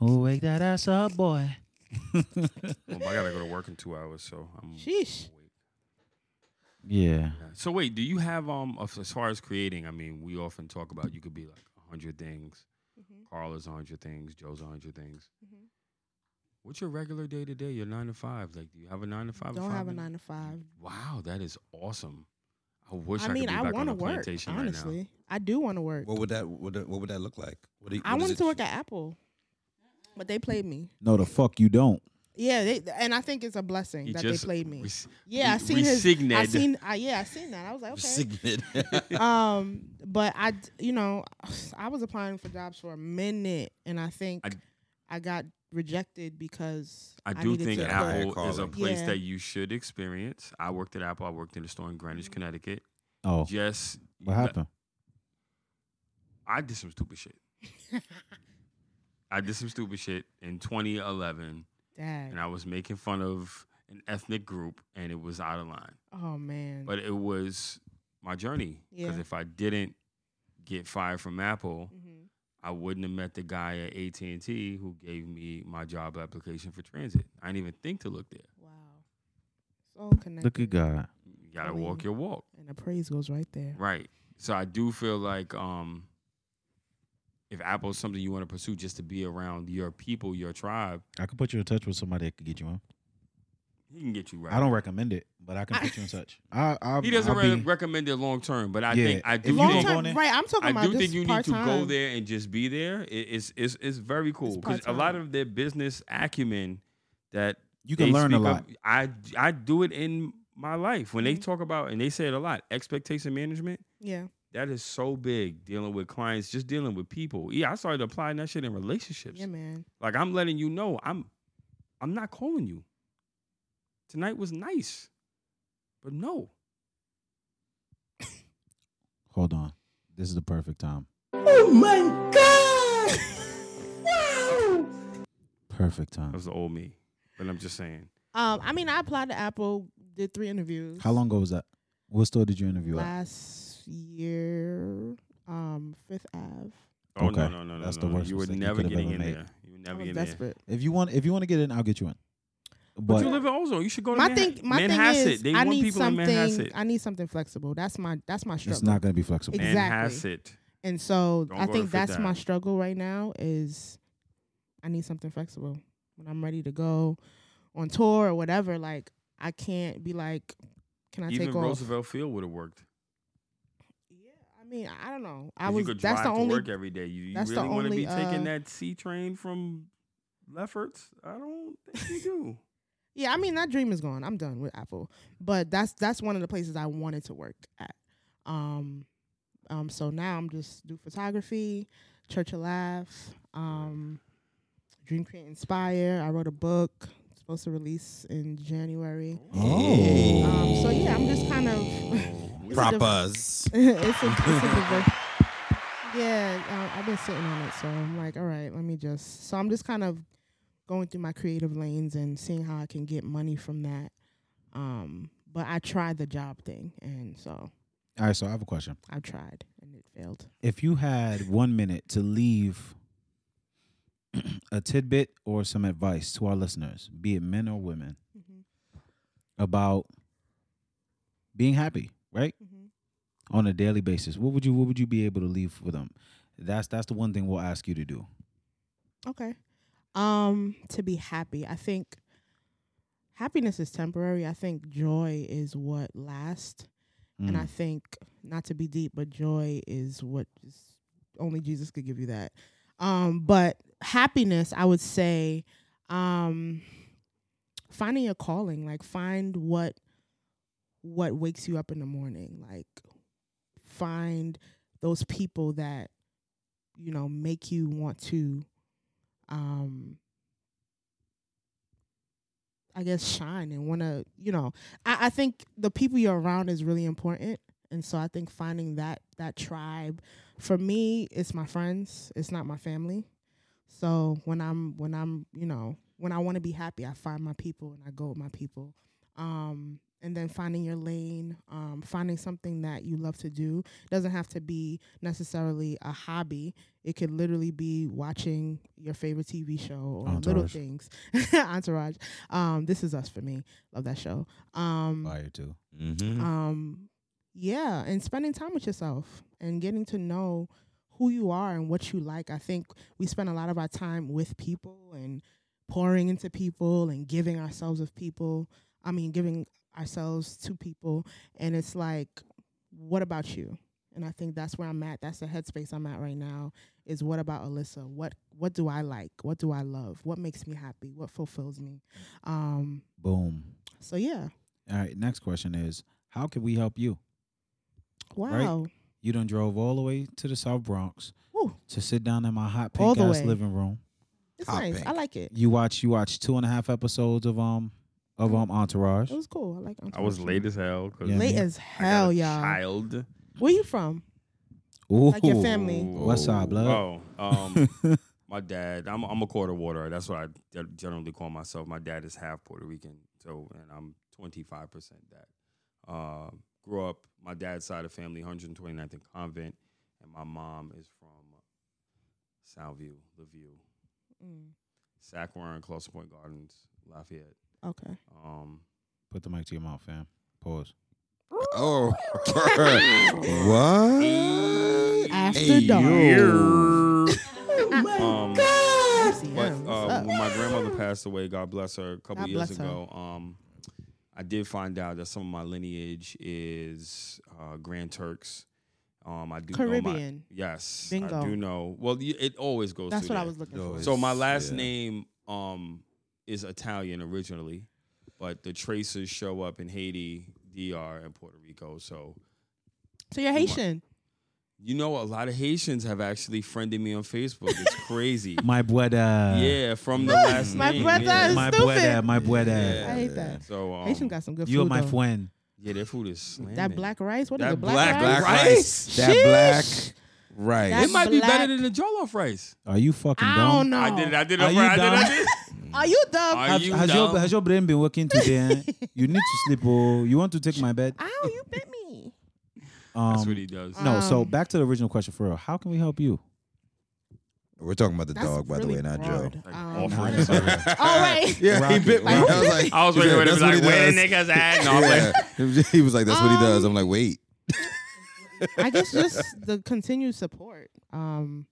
Speaker 1: Oh, wake that ass up, *laughs* boy.
Speaker 3: well, I gotta go to work in two hours, so I'm
Speaker 2: Sheesh.
Speaker 3: awake.
Speaker 1: yeah.
Speaker 3: Yeah. So wait, do you have um as as far as creating? I mean, we often talk about you could be like a hundred things.
Speaker 2: Mhm,
Speaker 3: Carl is a hundred things. Joe's a hundred things.
Speaker 2: mhm.
Speaker 3: What's your regular day to day? Your nine to five? Like, do you have a nine to five?
Speaker 2: Don't
Speaker 3: five
Speaker 2: have a
Speaker 3: minute-
Speaker 2: nine to five.
Speaker 3: Wow, that is awesome. I wish I,
Speaker 2: I mean,
Speaker 3: could be
Speaker 2: I
Speaker 3: back on
Speaker 2: want
Speaker 3: the
Speaker 2: to work.
Speaker 3: plantation
Speaker 2: Honestly,
Speaker 3: right
Speaker 2: I do want to work.
Speaker 4: What would that what, that- what would that look like? What do you,
Speaker 2: I
Speaker 4: what is
Speaker 2: wanted
Speaker 4: it
Speaker 2: to work
Speaker 4: you-
Speaker 2: at Apple, but they played me.
Speaker 1: No, the fuck you don't.
Speaker 2: Yeah, they, and I think it's a blessing
Speaker 3: He
Speaker 2: that
Speaker 3: just
Speaker 2: they played me.
Speaker 3: res-
Speaker 2: yeah, I
Speaker 3: re-
Speaker 2: seen his. I
Speaker 3: resigned.
Speaker 2: seen. I, yeah, I seen that. I was like, okay. *laughs*
Speaker 3: *laughs*
Speaker 4: Signet.
Speaker 2: um, but I, d- you know, *sighs* I was applying for jobs for a minute, and I think I,
Speaker 3: I-
Speaker 2: got rejected because
Speaker 3: I do
Speaker 2: needed
Speaker 3: think
Speaker 2: to
Speaker 4: Yeah, I
Speaker 3: Apple
Speaker 4: call
Speaker 3: is a
Speaker 4: it.
Speaker 3: place
Speaker 2: Yeah.
Speaker 3: that you should experience. I worked at Apple. I worked in a store in Greenwich, Connecticut.
Speaker 1: Oh,
Speaker 3: Yes,
Speaker 1: what happened?
Speaker 3: I did some
Speaker 2: *laughs*
Speaker 3: stupid shit. I did some stupid shit in 2011,
Speaker 2: Dang.
Speaker 3: and I was making fun of an ethnic group, and it was out of line.
Speaker 2: Oh man.
Speaker 3: But it was my journey because
Speaker 2: Yeah.
Speaker 3: if I didn't get fired from Apple,
Speaker 2: Mhm.
Speaker 3: I wouldn't have met the guy at AT and T who gave me my job application for transit. I didn't even think to look there.
Speaker 2: Wow. It's all connected.
Speaker 1: Look at God.
Speaker 3: You gotta
Speaker 2: I
Speaker 3: walk
Speaker 2: mean-
Speaker 3: your walk.
Speaker 2: And the praise goes right there.
Speaker 3: Right. So I do feel like um, if Apple is something you want to pursue just to be around your people, your tribe,
Speaker 1: I could put you in touch with somebody that could get you on.
Speaker 3: he can get you right.
Speaker 1: I don't recommend it, but I can
Speaker 2: I-
Speaker 1: put *laughs* you in touch. I, I,
Speaker 3: He doesn't
Speaker 1: I'll
Speaker 3: re-
Speaker 1: be-
Speaker 3: recommend it long term, but I
Speaker 1: Yeah.
Speaker 3: think I
Speaker 1: If
Speaker 3: do
Speaker 1: you don't
Speaker 2: Long
Speaker 3: think,
Speaker 1: go in there-
Speaker 2: term, right? I'm talking
Speaker 3: I
Speaker 2: about
Speaker 3: do
Speaker 2: this
Speaker 3: think you need to
Speaker 2: part-time.
Speaker 3: go there and just be there. It, it's it's it's very cool because a
Speaker 2: part-time.
Speaker 3: lot of their business acumen that
Speaker 1: you can
Speaker 3: they
Speaker 1: learn a
Speaker 3: speak
Speaker 1: lot.
Speaker 3: up- I I do it in my life when they
Speaker 2: Mhm.
Speaker 3: talk about and they say it a lot. Expectation management.
Speaker 2: Yeah.
Speaker 3: That is so big dealing with clients, just dealing with people. Yeah, I started applying that shit in relationships.
Speaker 2: Yeah, man.
Speaker 3: Like I'm letting you know, I'm I'm not calling you. Tonight was nice, but no.
Speaker 1: Hold on. This is the perfect time. Oh my God. wow. Perfect
Speaker 3: That
Speaker 1: time.
Speaker 3: was the old me. But I'm just saying.
Speaker 2: Um, I mean, I applied to Apple, did three interviews.
Speaker 1: How long ago was that? What store did you interview at?
Speaker 2: Last year, um, Fifth Ave.
Speaker 3: Oh
Speaker 1: Okay.
Speaker 3: no, no, no, no.
Speaker 1: That's
Speaker 3: no,
Speaker 1: the
Speaker 3: no.
Speaker 1: worst
Speaker 3: You were
Speaker 1: mistake you
Speaker 3: never
Speaker 1: could've
Speaker 3: getting
Speaker 1: ever
Speaker 3: in
Speaker 1: made.
Speaker 3: there. You were
Speaker 2: I
Speaker 3: never
Speaker 2: was
Speaker 3: getting there.
Speaker 2: desperate.
Speaker 1: If you want, if you want to get in, I'll get you in.
Speaker 3: But
Speaker 1: But
Speaker 3: you live in Ozone. You should go to
Speaker 2: My
Speaker 3: Manha-
Speaker 2: thing, my
Speaker 3: Manhasset.
Speaker 2: thing is,
Speaker 3: they
Speaker 2: I
Speaker 3: want
Speaker 2: need
Speaker 3: people in
Speaker 2: something.
Speaker 3: Manhasset.
Speaker 2: I need something flexible. That's my that's my struggle.
Speaker 1: it's not going to be flexible.
Speaker 2: Exactly.
Speaker 3: Manhasset.
Speaker 2: and so
Speaker 3: Don't
Speaker 2: I
Speaker 3: go
Speaker 2: think
Speaker 3: to Fifth
Speaker 2: that's my
Speaker 3: Ave.
Speaker 2: struggle right now is I need something flexible when I'm ready to go on tour or whatever. Like I can't be like, can I
Speaker 3: Even
Speaker 2: take off?
Speaker 3: Roosevelt Field would have worked.
Speaker 2: Yeah, I mean, I don't know. I
Speaker 3: 'Cause
Speaker 2: was
Speaker 3: you could
Speaker 2: that's
Speaker 3: drive
Speaker 2: the
Speaker 3: to
Speaker 2: only
Speaker 3: work every day. You, you
Speaker 2: that's the
Speaker 3: really want to be
Speaker 2: only,
Speaker 3: taking
Speaker 2: uh,
Speaker 3: that C train from Lefferts? I don't think you do.
Speaker 2: Yeah, I mean that dream is gone. I'm done with Apple. But that's that's one of the places I wanted to work at. Um um so now I'm just do photography, Church of Laugh, um Dream Create Inspire. I wrote a book it's supposed to release in January.
Speaker 1: Oh.
Speaker 2: Um so yeah, I'm just kind of
Speaker 3: Oh.
Speaker 2: Prop
Speaker 4: *laughs* Prop us.
Speaker 2: *laughs* it's a, it's a diver- Yeah, um, I've been sitting on it, so I'm like, all right, let me just. So I'm just kind of going through my creative lanes and seeing how I can get money from that. Um, but I tried the job thing, and so
Speaker 1: All right. So I have a question.
Speaker 2: I tried, and it failed.
Speaker 1: If you had one minute to leave *clears throat* a tidbit or some advice to our listeners, be it men or women, about being happy, right? On a daily basis. What would you what would you be able to leave for them? That's that's the one thing we'll ask you to do.
Speaker 2: Okay. Um, to be happy, I think happiness is temporary. I think joy is what lasts. and I
Speaker 1: Mm.
Speaker 2: think not to be deep, but joy is what is only Jesus could give you that. Um, but happiness, I would say, um, finding your calling, like find what what wakes you up in the morning, like find those people that you know make you want to, um, I guess shine and want to, you know, I, I think the people you're around is really important. And so I think finding that that tribe for me, it's my friends. It's not my family. So when I'm when I'm, you know, when I want to be happy, I find my people and I go with my people. Um and then finding your lane, um, finding something that you love to do It doesn't have to be necessarily a hobby. It could literally be watching your favorite TV show or little
Speaker 1: Entourage.
Speaker 2: things. *laughs* Entourage. Um, this is us for me. Love that show. Um,
Speaker 1: Fire too.
Speaker 4: Mm-hmm.
Speaker 2: um yeah and spending time with yourself and getting to know who you are and what you like i think we spend a lot of our time with people and pouring into people and giving ourselves of people i mean giving ourselves to people and it's like what about you and i think that's where i'm at that's the headspace i'm at right now is what about Alyssa? What what do I like? What do I love? What makes me happy? What fulfills me? Um,
Speaker 1: Boom.
Speaker 2: so yeah.
Speaker 1: All right. Next question is how can we help you?
Speaker 2: Wow.
Speaker 1: You done drove all the way to the South Bronx
Speaker 2: Woo.
Speaker 1: to sit down in my hot
Speaker 2: All
Speaker 1: pink
Speaker 2: the
Speaker 1: ass
Speaker 2: way.
Speaker 1: living room.
Speaker 2: It's
Speaker 4: Hot
Speaker 2: nice.
Speaker 4: pink.
Speaker 2: I like it.
Speaker 1: You watch you watch two and a half episodes of um of um Entourage.
Speaker 2: It was cool. I like
Speaker 3: *laughs* I was
Speaker 2: Entourage.
Speaker 3: late as hell. 'cause
Speaker 1: Yeah.
Speaker 2: Late
Speaker 1: man.
Speaker 2: as
Speaker 3: I got a
Speaker 2: hell, y'all.
Speaker 3: Child.
Speaker 2: Where you from?
Speaker 1: Ooh.
Speaker 2: Like your family.
Speaker 1: West Side blood.
Speaker 3: Oh, um, my dad. I'm I'm a quarter water. That's what I de- generally call myself. My dad is half Puerto Rican, so and I'm 25 percent that. Uh, grew up. My dad's side of family, 129th and Convent, and my mom is from Soundview, Laview,
Speaker 2: Mm,
Speaker 3: Sac Warren, Closer Point Gardens, Lafayette.
Speaker 2: okay.
Speaker 3: Um,
Speaker 1: *laughs* Put the mic to your mouth, fam. Pause.
Speaker 2: *laughs*
Speaker 4: Oh, *laughs* what?
Speaker 2: After
Speaker 4: Hey,
Speaker 2: dark.
Speaker 4: yo.
Speaker 2: Oh *laughs*
Speaker 3: um,
Speaker 2: Fancy,
Speaker 3: But
Speaker 2: yeah, what's
Speaker 3: uh,
Speaker 2: up?
Speaker 3: when my grandmother passed away, God bless her, a couple
Speaker 2: God
Speaker 3: years
Speaker 2: bless her.
Speaker 3: ago, um, I did find out that some of my lineage is uh, Grand Turks. Um, I do Know my,
Speaker 2: Caribbean.
Speaker 3: yes, I
Speaker 2: Bingo.
Speaker 3: do know. Well, y- it always goes.
Speaker 2: That's
Speaker 3: through
Speaker 2: what I
Speaker 3: there.
Speaker 2: was looking
Speaker 4: No,
Speaker 2: for.
Speaker 4: it's-
Speaker 3: So my last
Speaker 4: yeah.
Speaker 3: name um, is Italian originally, but the traces show up in Haiti, DR, and Puerto Rico. So
Speaker 2: So you're
Speaker 3: my-
Speaker 2: Haitian.
Speaker 3: you know, a lot of Haitians have actually friended me on Facebook. It's crazy.
Speaker 1: My brother.
Speaker 3: yeah, from the last
Speaker 2: My
Speaker 3: name.
Speaker 2: brother
Speaker 3: yeah.
Speaker 2: is
Speaker 1: My
Speaker 2: Stupid.
Speaker 1: brother. My brother.
Speaker 2: I hate that.
Speaker 3: So um,
Speaker 2: Haitian got some good
Speaker 1: You are
Speaker 2: food.
Speaker 1: my
Speaker 2: though.
Speaker 1: friend.
Speaker 3: Yeah, their food is slamming.
Speaker 2: That black rice. What is
Speaker 3: That
Speaker 2: it? Black,
Speaker 3: black-
Speaker 2: rice.
Speaker 4: Black
Speaker 3: Rice?
Speaker 4: rice. That
Speaker 2: Sheesh.
Speaker 4: black rice.
Speaker 3: It
Speaker 2: That
Speaker 3: might be better
Speaker 2: black-
Speaker 3: than the jollof rice.
Speaker 1: Are you fucking
Speaker 2: I
Speaker 1: dumb?
Speaker 2: don't know.
Speaker 3: I did it. I did it.
Speaker 1: Are
Speaker 3: I did
Speaker 1: you
Speaker 3: it. I
Speaker 1: dumb?
Speaker 3: did it.
Speaker 2: Are you dumb?
Speaker 3: Are
Speaker 1: Have-
Speaker 3: you
Speaker 1: has,
Speaker 3: dumb?
Speaker 1: your, has your brain been working today? eh?
Speaker 2: *laughs*
Speaker 1: you need to sleep. Oh, you want to take my bed?
Speaker 2: Ow, you bit me.
Speaker 1: Um,
Speaker 3: That's what he does.
Speaker 1: no. so
Speaker 2: Um,
Speaker 1: back to the original question for real. How can we help you?
Speaker 4: We're talking about the
Speaker 2: That's
Speaker 4: dog, by
Speaker 2: really
Speaker 4: the way, not Joe.
Speaker 2: broad.
Speaker 3: Like,
Speaker 2: Um,
Speaker 3: awful.
Speaker 1: Nah, that's all right.
Speaker 2: *laughs* all right.
Speaker 4: *laughs* Yeah,
Speaker 1: Rocky.
Speaker 4: he bit me.
Speaker 2: Like,
Speaker 4: I was like,
Speaker 3: I was
Speaker 4: he's
Speaker 3: waiting for him to
Speaker 4: "That's
Speaker 3: be
Speaker 4: what
Speaker 3: like,
Speaker 4: he
Speaker 3: where the
Speaker 4: does."
Speaker 3: niggas at? No, I'm like,
Speaker 4: Yeah. *laughs* he was like, "That's what he does."
Speaker 2: Um,
Speaker 4: I'm like, "Wait,
Speaker 2: I guess just the continued support. Um,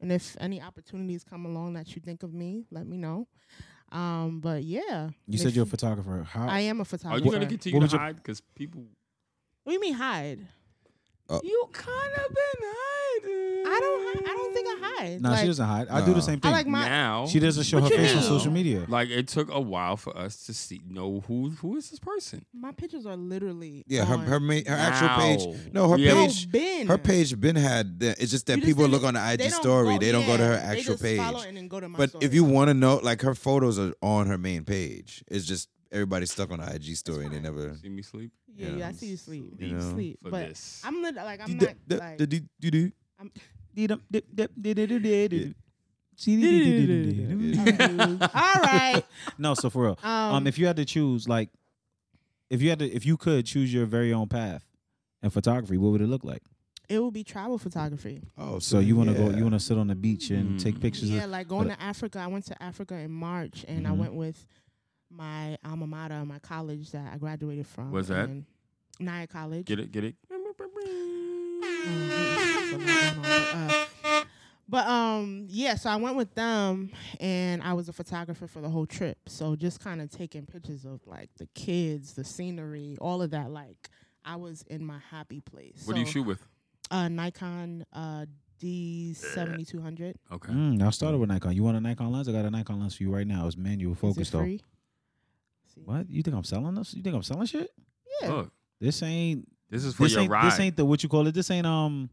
Speaker 2: and if any opportunities come along that you think of me, let me know. Um, but yeah,
Speaker 1: You
Speaker 2: And
Speaker 1: said
Speaker 2: if
Speaker 1: you're a photographer. How?
Speaker 2: I am a
Speaker 3: are
Speaker 2: photographer.
Speaker 3: you going to continue
Speaker 1: would
Speaker 3: to
Speaker 1: you-
Speaker 3: hide? Because people.
Speaker 2: what do you mean hide?
Speaker 4: Uh,
Speaker 3: You kind of been hiding.
Speaker 2: I don't. hi- I don't think I hide.
Speaker 1: nah, she
Speaker 2: Like,
Speaker 1: doesn't hide. I do
Speaker 4: Nah.
Speaker 1: the same
Speaker 2: I
Speaker 1: thing.
Speaker 2: like my.
Speaker 3: now.
Speaker 1: she doesn't show her
Speaker 2: What you
Speaker 1: face on
Speaker 2: mean?
Speaker 1: social media.
Speaker 3: Like it took a while for us to see know who who is this person.
Speaker 2: My pictures are literally
Speaker 4: yeah." Her
Speaker 2: on.
Speaker 4: her, ma- her actual
Speaker 3: Wow.
Speaker 4: page, no, her
Speaker 3: Yeah.
Speaker 2: No,
Speaker 4: page,
Speaker 2: Ben.
Speaker 4: her page been had. The, it's just that
Speaker 2: You just
Speaker 4: people
Speaker 2: didn't-
Speaker 4: look on the IG
Speaker 2: they don't
Speaker 4: story,
Speaker 2: go-
Speaker 4: they don't go to
Speaker 2: yeah,
Speaker 4: her
Speaker 2: they
Speaker 4: actual
Speaker 2: just follow
Speaker 4: page.
Speaker 2: and then go to my
Speaker 4: But
Speaker 2: story.
Speaker 4: if you want to know, like her photos are on her main page. It's just everybody's stuck on the IG story and they never.
Speaker 3: See me sleep
Speaker 2: yeah,
Speaker 4: Yeah,
Speaker 2: yeah, I
Speaker 4: I'm
Speaker 2: see you sleep,
Speaker 4: you
Speaker 2: you
Speaker 4: know,
Speaker 2: sleep.
Speaker 3: for
Speaker 2: But
Speaker 3: this.
Speaker 2: I'm lit- like I'm
Speaker 4: Do-
Speaker 2: not
Speaker 4: do-
Speaker 2: like
Speaker 4: do- do- do- do.
Speaker 2: all right.
Speaker 1: No, so for real.
Speaker 2: Um,
Speaker 1: Um, if you had to choose, like, if you had to, if you could choose your very own path in photography, what would it look like?
Speaker 2: it would be travel photography.
Speaker 4: Oh,
Speaker 1: So you want to go,
Speaker 4: yeah.
Speaker 1: you want to sit on the beach and
Speaker 3: Mm.
Speaker 1: take pictures.
Speaker 2: Yeah,
Speaker 1: of,
Speaker 2: like going
Speaker 1: but-
Speaker 2: to Africa. I went to Africa in March, and I
Speaker 3: Mm-hmm.
Speaker 1: Mhm.
Speaker 2: went with my alma mater, my college that I graduated from.
Speaker 3: Where's that?
Speaker 2: and Naya College.
Speaker 3: Get it, get it.
Speaker 2: Uh, *laughs* But um, yeah, so I went with them, and I was a photographer for the whole trip. So just kind of taking pictures of like the kids, the scenery, all of that. Like I was in my happy place.
Speaker 3: What do you
Speaker 2: So,
Speaker 3: shoot with?
Speaker 2: Uh, Nikon uh, D seventy two hundred.
Speaker 3: Okay.
Speaker 1: Mm, I started with Nikon. You want a Nikon lens? I got a Nikon lens for you right now. It's manual focus
Speaker 2: Is it
Speaker 1: though.
Speaker 2: free? See.
Speaker 1: What? You think I'm selling this? You think I'm selling shit?
Speaker 2: Yeah.
Speaker 3: Look,
Speaker 1: This ain't
Speaker 3: this is for
Speaker 1: this
Speaker 3: your
Speaker 1: ain't
Speaker 3: ride.
Speaker 1: this ain't the what you call it. This ain't um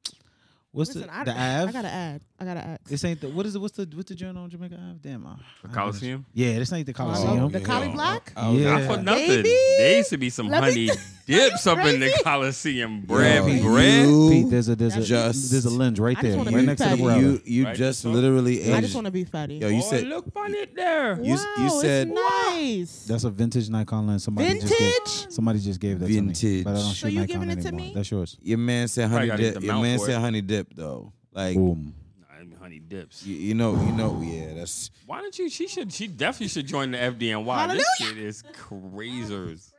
Speaker 1: what's
Speaker 2: Listen,
Speaker 1: the
Speaker 2: I,
Speaker 1: the
Speaker 2: I
Speaker 1: Av?
Speaker 2: gotta add. I gotta add.
Speaker 1: This ain't the what is it? What's the what's the journal on Jamaica Ave? Damn, I,
Speaker 3: The
Speaker 1: I
Speaker 3: Coliseum?
Speaker 1: Yeah, this ain't the
Speaker 2: I love
Speaker 1: Coliseum.
Speaker 2: Oh, the Cali Block?
Speaker 4: Oh, okay.
Speaker 1: Yeah.
Speaker 3: Not for nothing.
Speaker 2: Baby.
Speaker 3: There used to be
Speaker 2: *laughs*
Speaker 3: some
Speaker 2: Let me
Speaker 3: honey dips up in the
Speaker 2: crazy?
Speaker 3: Coliseum. Bread,
Speaker 1: Yo,
Speaker 3: bread.
Speaker 4: you-
Speaker 1: Pete, there's a there's a
Speaker 4: Just-
Speaker 1: there's a lens right
Speaker 2: I just
Speaker 1: there,
Speaker 2: wanna
Speaker 1: right
Speaker 2: be
Speaker 1: next to the
Speaker 2: petty.
Speaker 1: brother.
Speaker 4: You you
Speaker 3: Right,
Speaker 4: just
Speaker 3: that's all.
Speaker 4: literally
Speaker 2: I
Speaker 4: aged-
Speaker 2: just want to be fatty.
Speaker 4: Yo, you
Speaker 3: oh,
Speaker 4: said
Speaker 3: look on it there.
Speaker 4: you s- you
Speaker 2: Wow,
Speaker 4: said-
Speaker 2: it's nice.
Speaker 1: That's a vintage Nikon lens. Somebody Just gave,
Speaker 2: Vintage?
Speaker 1: somebody just gave that to me,
Speaker 4: Vintage.
Speaker 1: but I don't
Speaker 4: So
Speaker 1: shoot
Speaker 2: you
Speaker 1: Nikon
Speaker 2: giving it to
Speaker 1: anymore.
Speaker 2: me?
Speaker 1: That's yours.
Speaker 4: your man said
Speaker 3: Probably
Speaker 4: honey
Speaker 3: gotta get
Speaker 4: dip.
Speaker 3: the
Speaker 4: Your
Speaker 3: mouth
Speaker 4: man
Speaker 3: for
Speaker 4: said
Speaker 3: it.
Speaker 4: honey dip though. Like you,
Speaker 1: Boom.
Speaker 3: I mean, honey dips.
Speaker 4: you know you know yeah that's
Speaker 3: Why don't you? She should. She definitely should join the FDNY. This shit is crazers.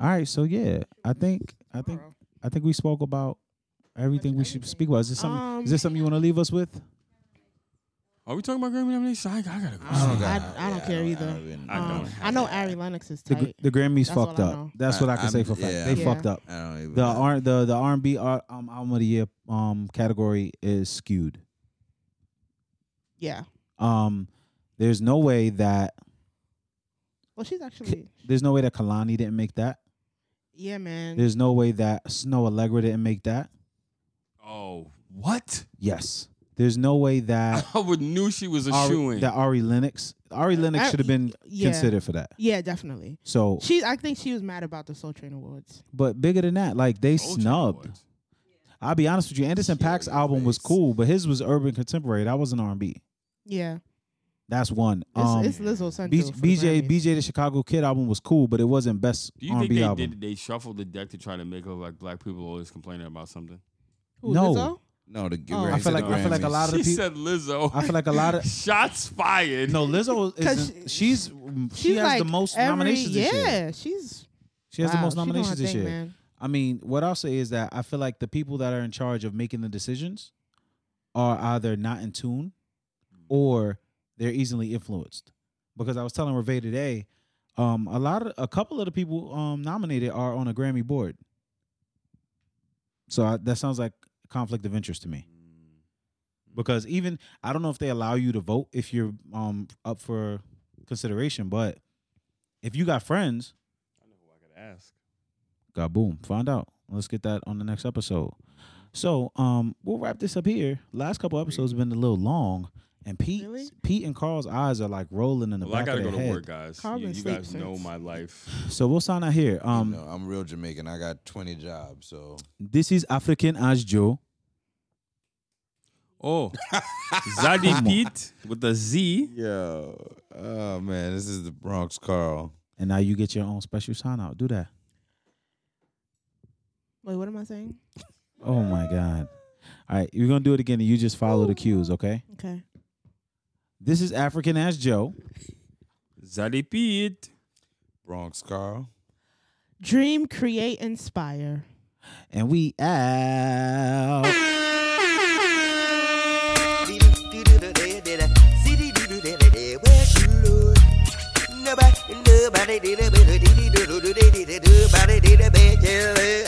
Speaker 1: All right, so yeah, I think I think I think we spoke about everything we should speak about. Is this something?
Speaker 2: Um,
Speaker 1: is this something you want to leave us with?
Speaker 3: Are we talking about Grammy nominations? I, I gotta go.
Speaker 1: Uh,
Speaker 2: I don't,
Speaker 4: oh God,
Speaker 2: I, I don't
Speaker 4: yeah,
Speaker 2: care
Speaker 4: I don't-
Speaker 2: either.
Speaker 4: I don't-
Speaker 3: I
Speaker 2: Um,
Speaker 3: don't
Speaker 2: I know Ari Lennox is
Speaker 1: The, gr-
Speaker 2: tight.
Speaker 1: the Grammys
Speaker 2: That's all
Speaker 1: fucked
Speaker 2: I
Speaker 1: up.
Speaker 2: know.
Speaker 1: That's what I can
Speaker 4: I-
Speaker 1: say
Speaker 4: I'm-
Speaker 1: for a fact.
Speaker 4: yeah.
Speaker 1: They
Speaker 2: Yeah.
Speaker 1: fucked up.
Speaker 4: I don't even
Speaker 1: uh, The R the the R and B um, album of the year um, category is skewed.
Speaker 2: Yeah.
Speaker 1: Um, there's no way that
Speaker 2: Well, she's actually.
Speaker 1: there's no way that Kalani didn't make that.
Speaker 2: Yeah, man.
Speaker 1: There's no way that Snow Allegra didn't make that.
Speaker 3: Oh, what?
Speaker 1: Yes. There's no way
Speaker 3: *coughs*
Speaker 1: that
Speaker 3: *laughs* I would knew she was a shoo
Speaker 1: Ari,
Speaker 3: in.
Speaker 1: that Ari Lennox Ari Lennox
Speaker 2: I-
Speaker 1: should have been
Speaker 2: yeah.
Speaker 1: considered for that.
Speaker 2: yeah, definitely.
Speaker 1: So,
Speaker 2: She, I think she was mad about the Soul Train Awards.
Speaker 1: but bigger than that, like they snubbed. I'll be honest with you. Anderson
Speaker 4: Yeah,
Speaker 1: Pack's
Speaker 4: your
Speaker 1: album was
Speaker 4: face.
Speaker 1: cool, but his was urban contemporary. That wasn't R and B.
Speaker 2: Yeah,
Speaker 1: That's one.
Speaker 2: it's,
Speaker 1: Um,
Speaker 2: it's Lizzo Central.
Speaker 1: B-
Speaker 2: for the
Speaker 1: BJ
Speaker 2: Grammys.
Speaker 1: BJ the Chicago Kid album was cool, but it wasn't best
Speaker 3: Do you
Speaker 1: R and
Speaker 3: think
Speaker 1: B
Speaker 3: they
Speaker 1: album.
Speaker 3: did? They shuffled the deck to try to make her like black people always complaining about something.
Speaker 2: Who,
Speaker 1: No.
Speaker 2: Lizzo?
Speaker 4: No, the
Speaker 2: Oh.
Speaker 1: I feel like I feel like a lot of the
Speaker 3: She
Speaker 1: people.
Speaker 3: said Lizzo.
Speaker 1: I feel like a lot
Speaker 3: *laughs*
Speaker 1: of
Speaker 3: Shots fired.
Speaker 1: no Lizzo
Speaker 2: *laughs* Cause
Speaker 1: is she's she
Speaker 2: She's
Speaker 1: has
Speaker 2: like
Speaker 1: the most
Speaker 2: every-
Speaker 1: nominations
Speaker 2: Yeah,
Speaker 1: this year.
Speaker 2: she's
Speaker 1: She has the
Speaker 2: wow,
Speaker 1: most
Speaker 2: she doing her
Speaker 1: nominations this
Speaker 2: thing,
Speaker 1: year.
Speaker 2: Man.
Speaker 1: I mean, what I'll say is that I feel like the people that are in charge of making the decisions are either not in tune or they're easily influenced. Because I was telling Reve today, um, a lot of a couple of the people um, nominated are on a Grammy board. So I, that sounds like conflict of interest to me.
Speaker 3: Mm,
Speaker 1: Because even I don't know if they allow you to vote if you're um, up for consideration, but if you got friends
Speaker 3: I know who I could ask.
Speaker 1: God boom. Find out. Let's get that on the next episode. So um we'll wrap this up here. Last couple episodes have been a little long. And Pete
Speaker 2: Really?
Speaker 1: Pete and Carl's eyes are like rolling in the
Speaker 3: Well, I
Speaker 1: back
Speaker 3: gotta
Speaker 1: of
Speaker 3: go
Speaker 1: their
Speaker 3: to
Speaker 1: head.
Speaker 3: work, guys.
Speaker 2: Carl
Speaker 3: You,
Speaker 2: been
Speaker 3: you
Speaker 2: asleep
Speaker 3: guys know
Speaker 2: since.
Speaker 3: my life.
Speaker 1: *laughs* So we'll sign out here. Um
Speaker 4: no, I'm real Jamaican. I got 20 jobs, so
Speaker 1: this is African as Joe.
Speaker 3: Oh, Zadie Pete with the Z.
Speaker 4: yo, oh man, this is the Bronx Carl.
Speaker 1: And now you get your own special sign out. Do that.
Speaker 2: Wait, what am I saying?
Speaker 1: Oh my God. All right, we're gonna do it again and you just follow the cues, okay?
Speaker 2: Okay.
Speaker 1: This is African as Joe.
Speaker 3: Zadie Pete.
Speaker 4: Bronx Carl.
Speaker 2: Dream, create, inspire.
Speaker 1: And we out.
Speaker 5: Nobody, nobody did it better, did it, do, do, do, did it, nobody did it better.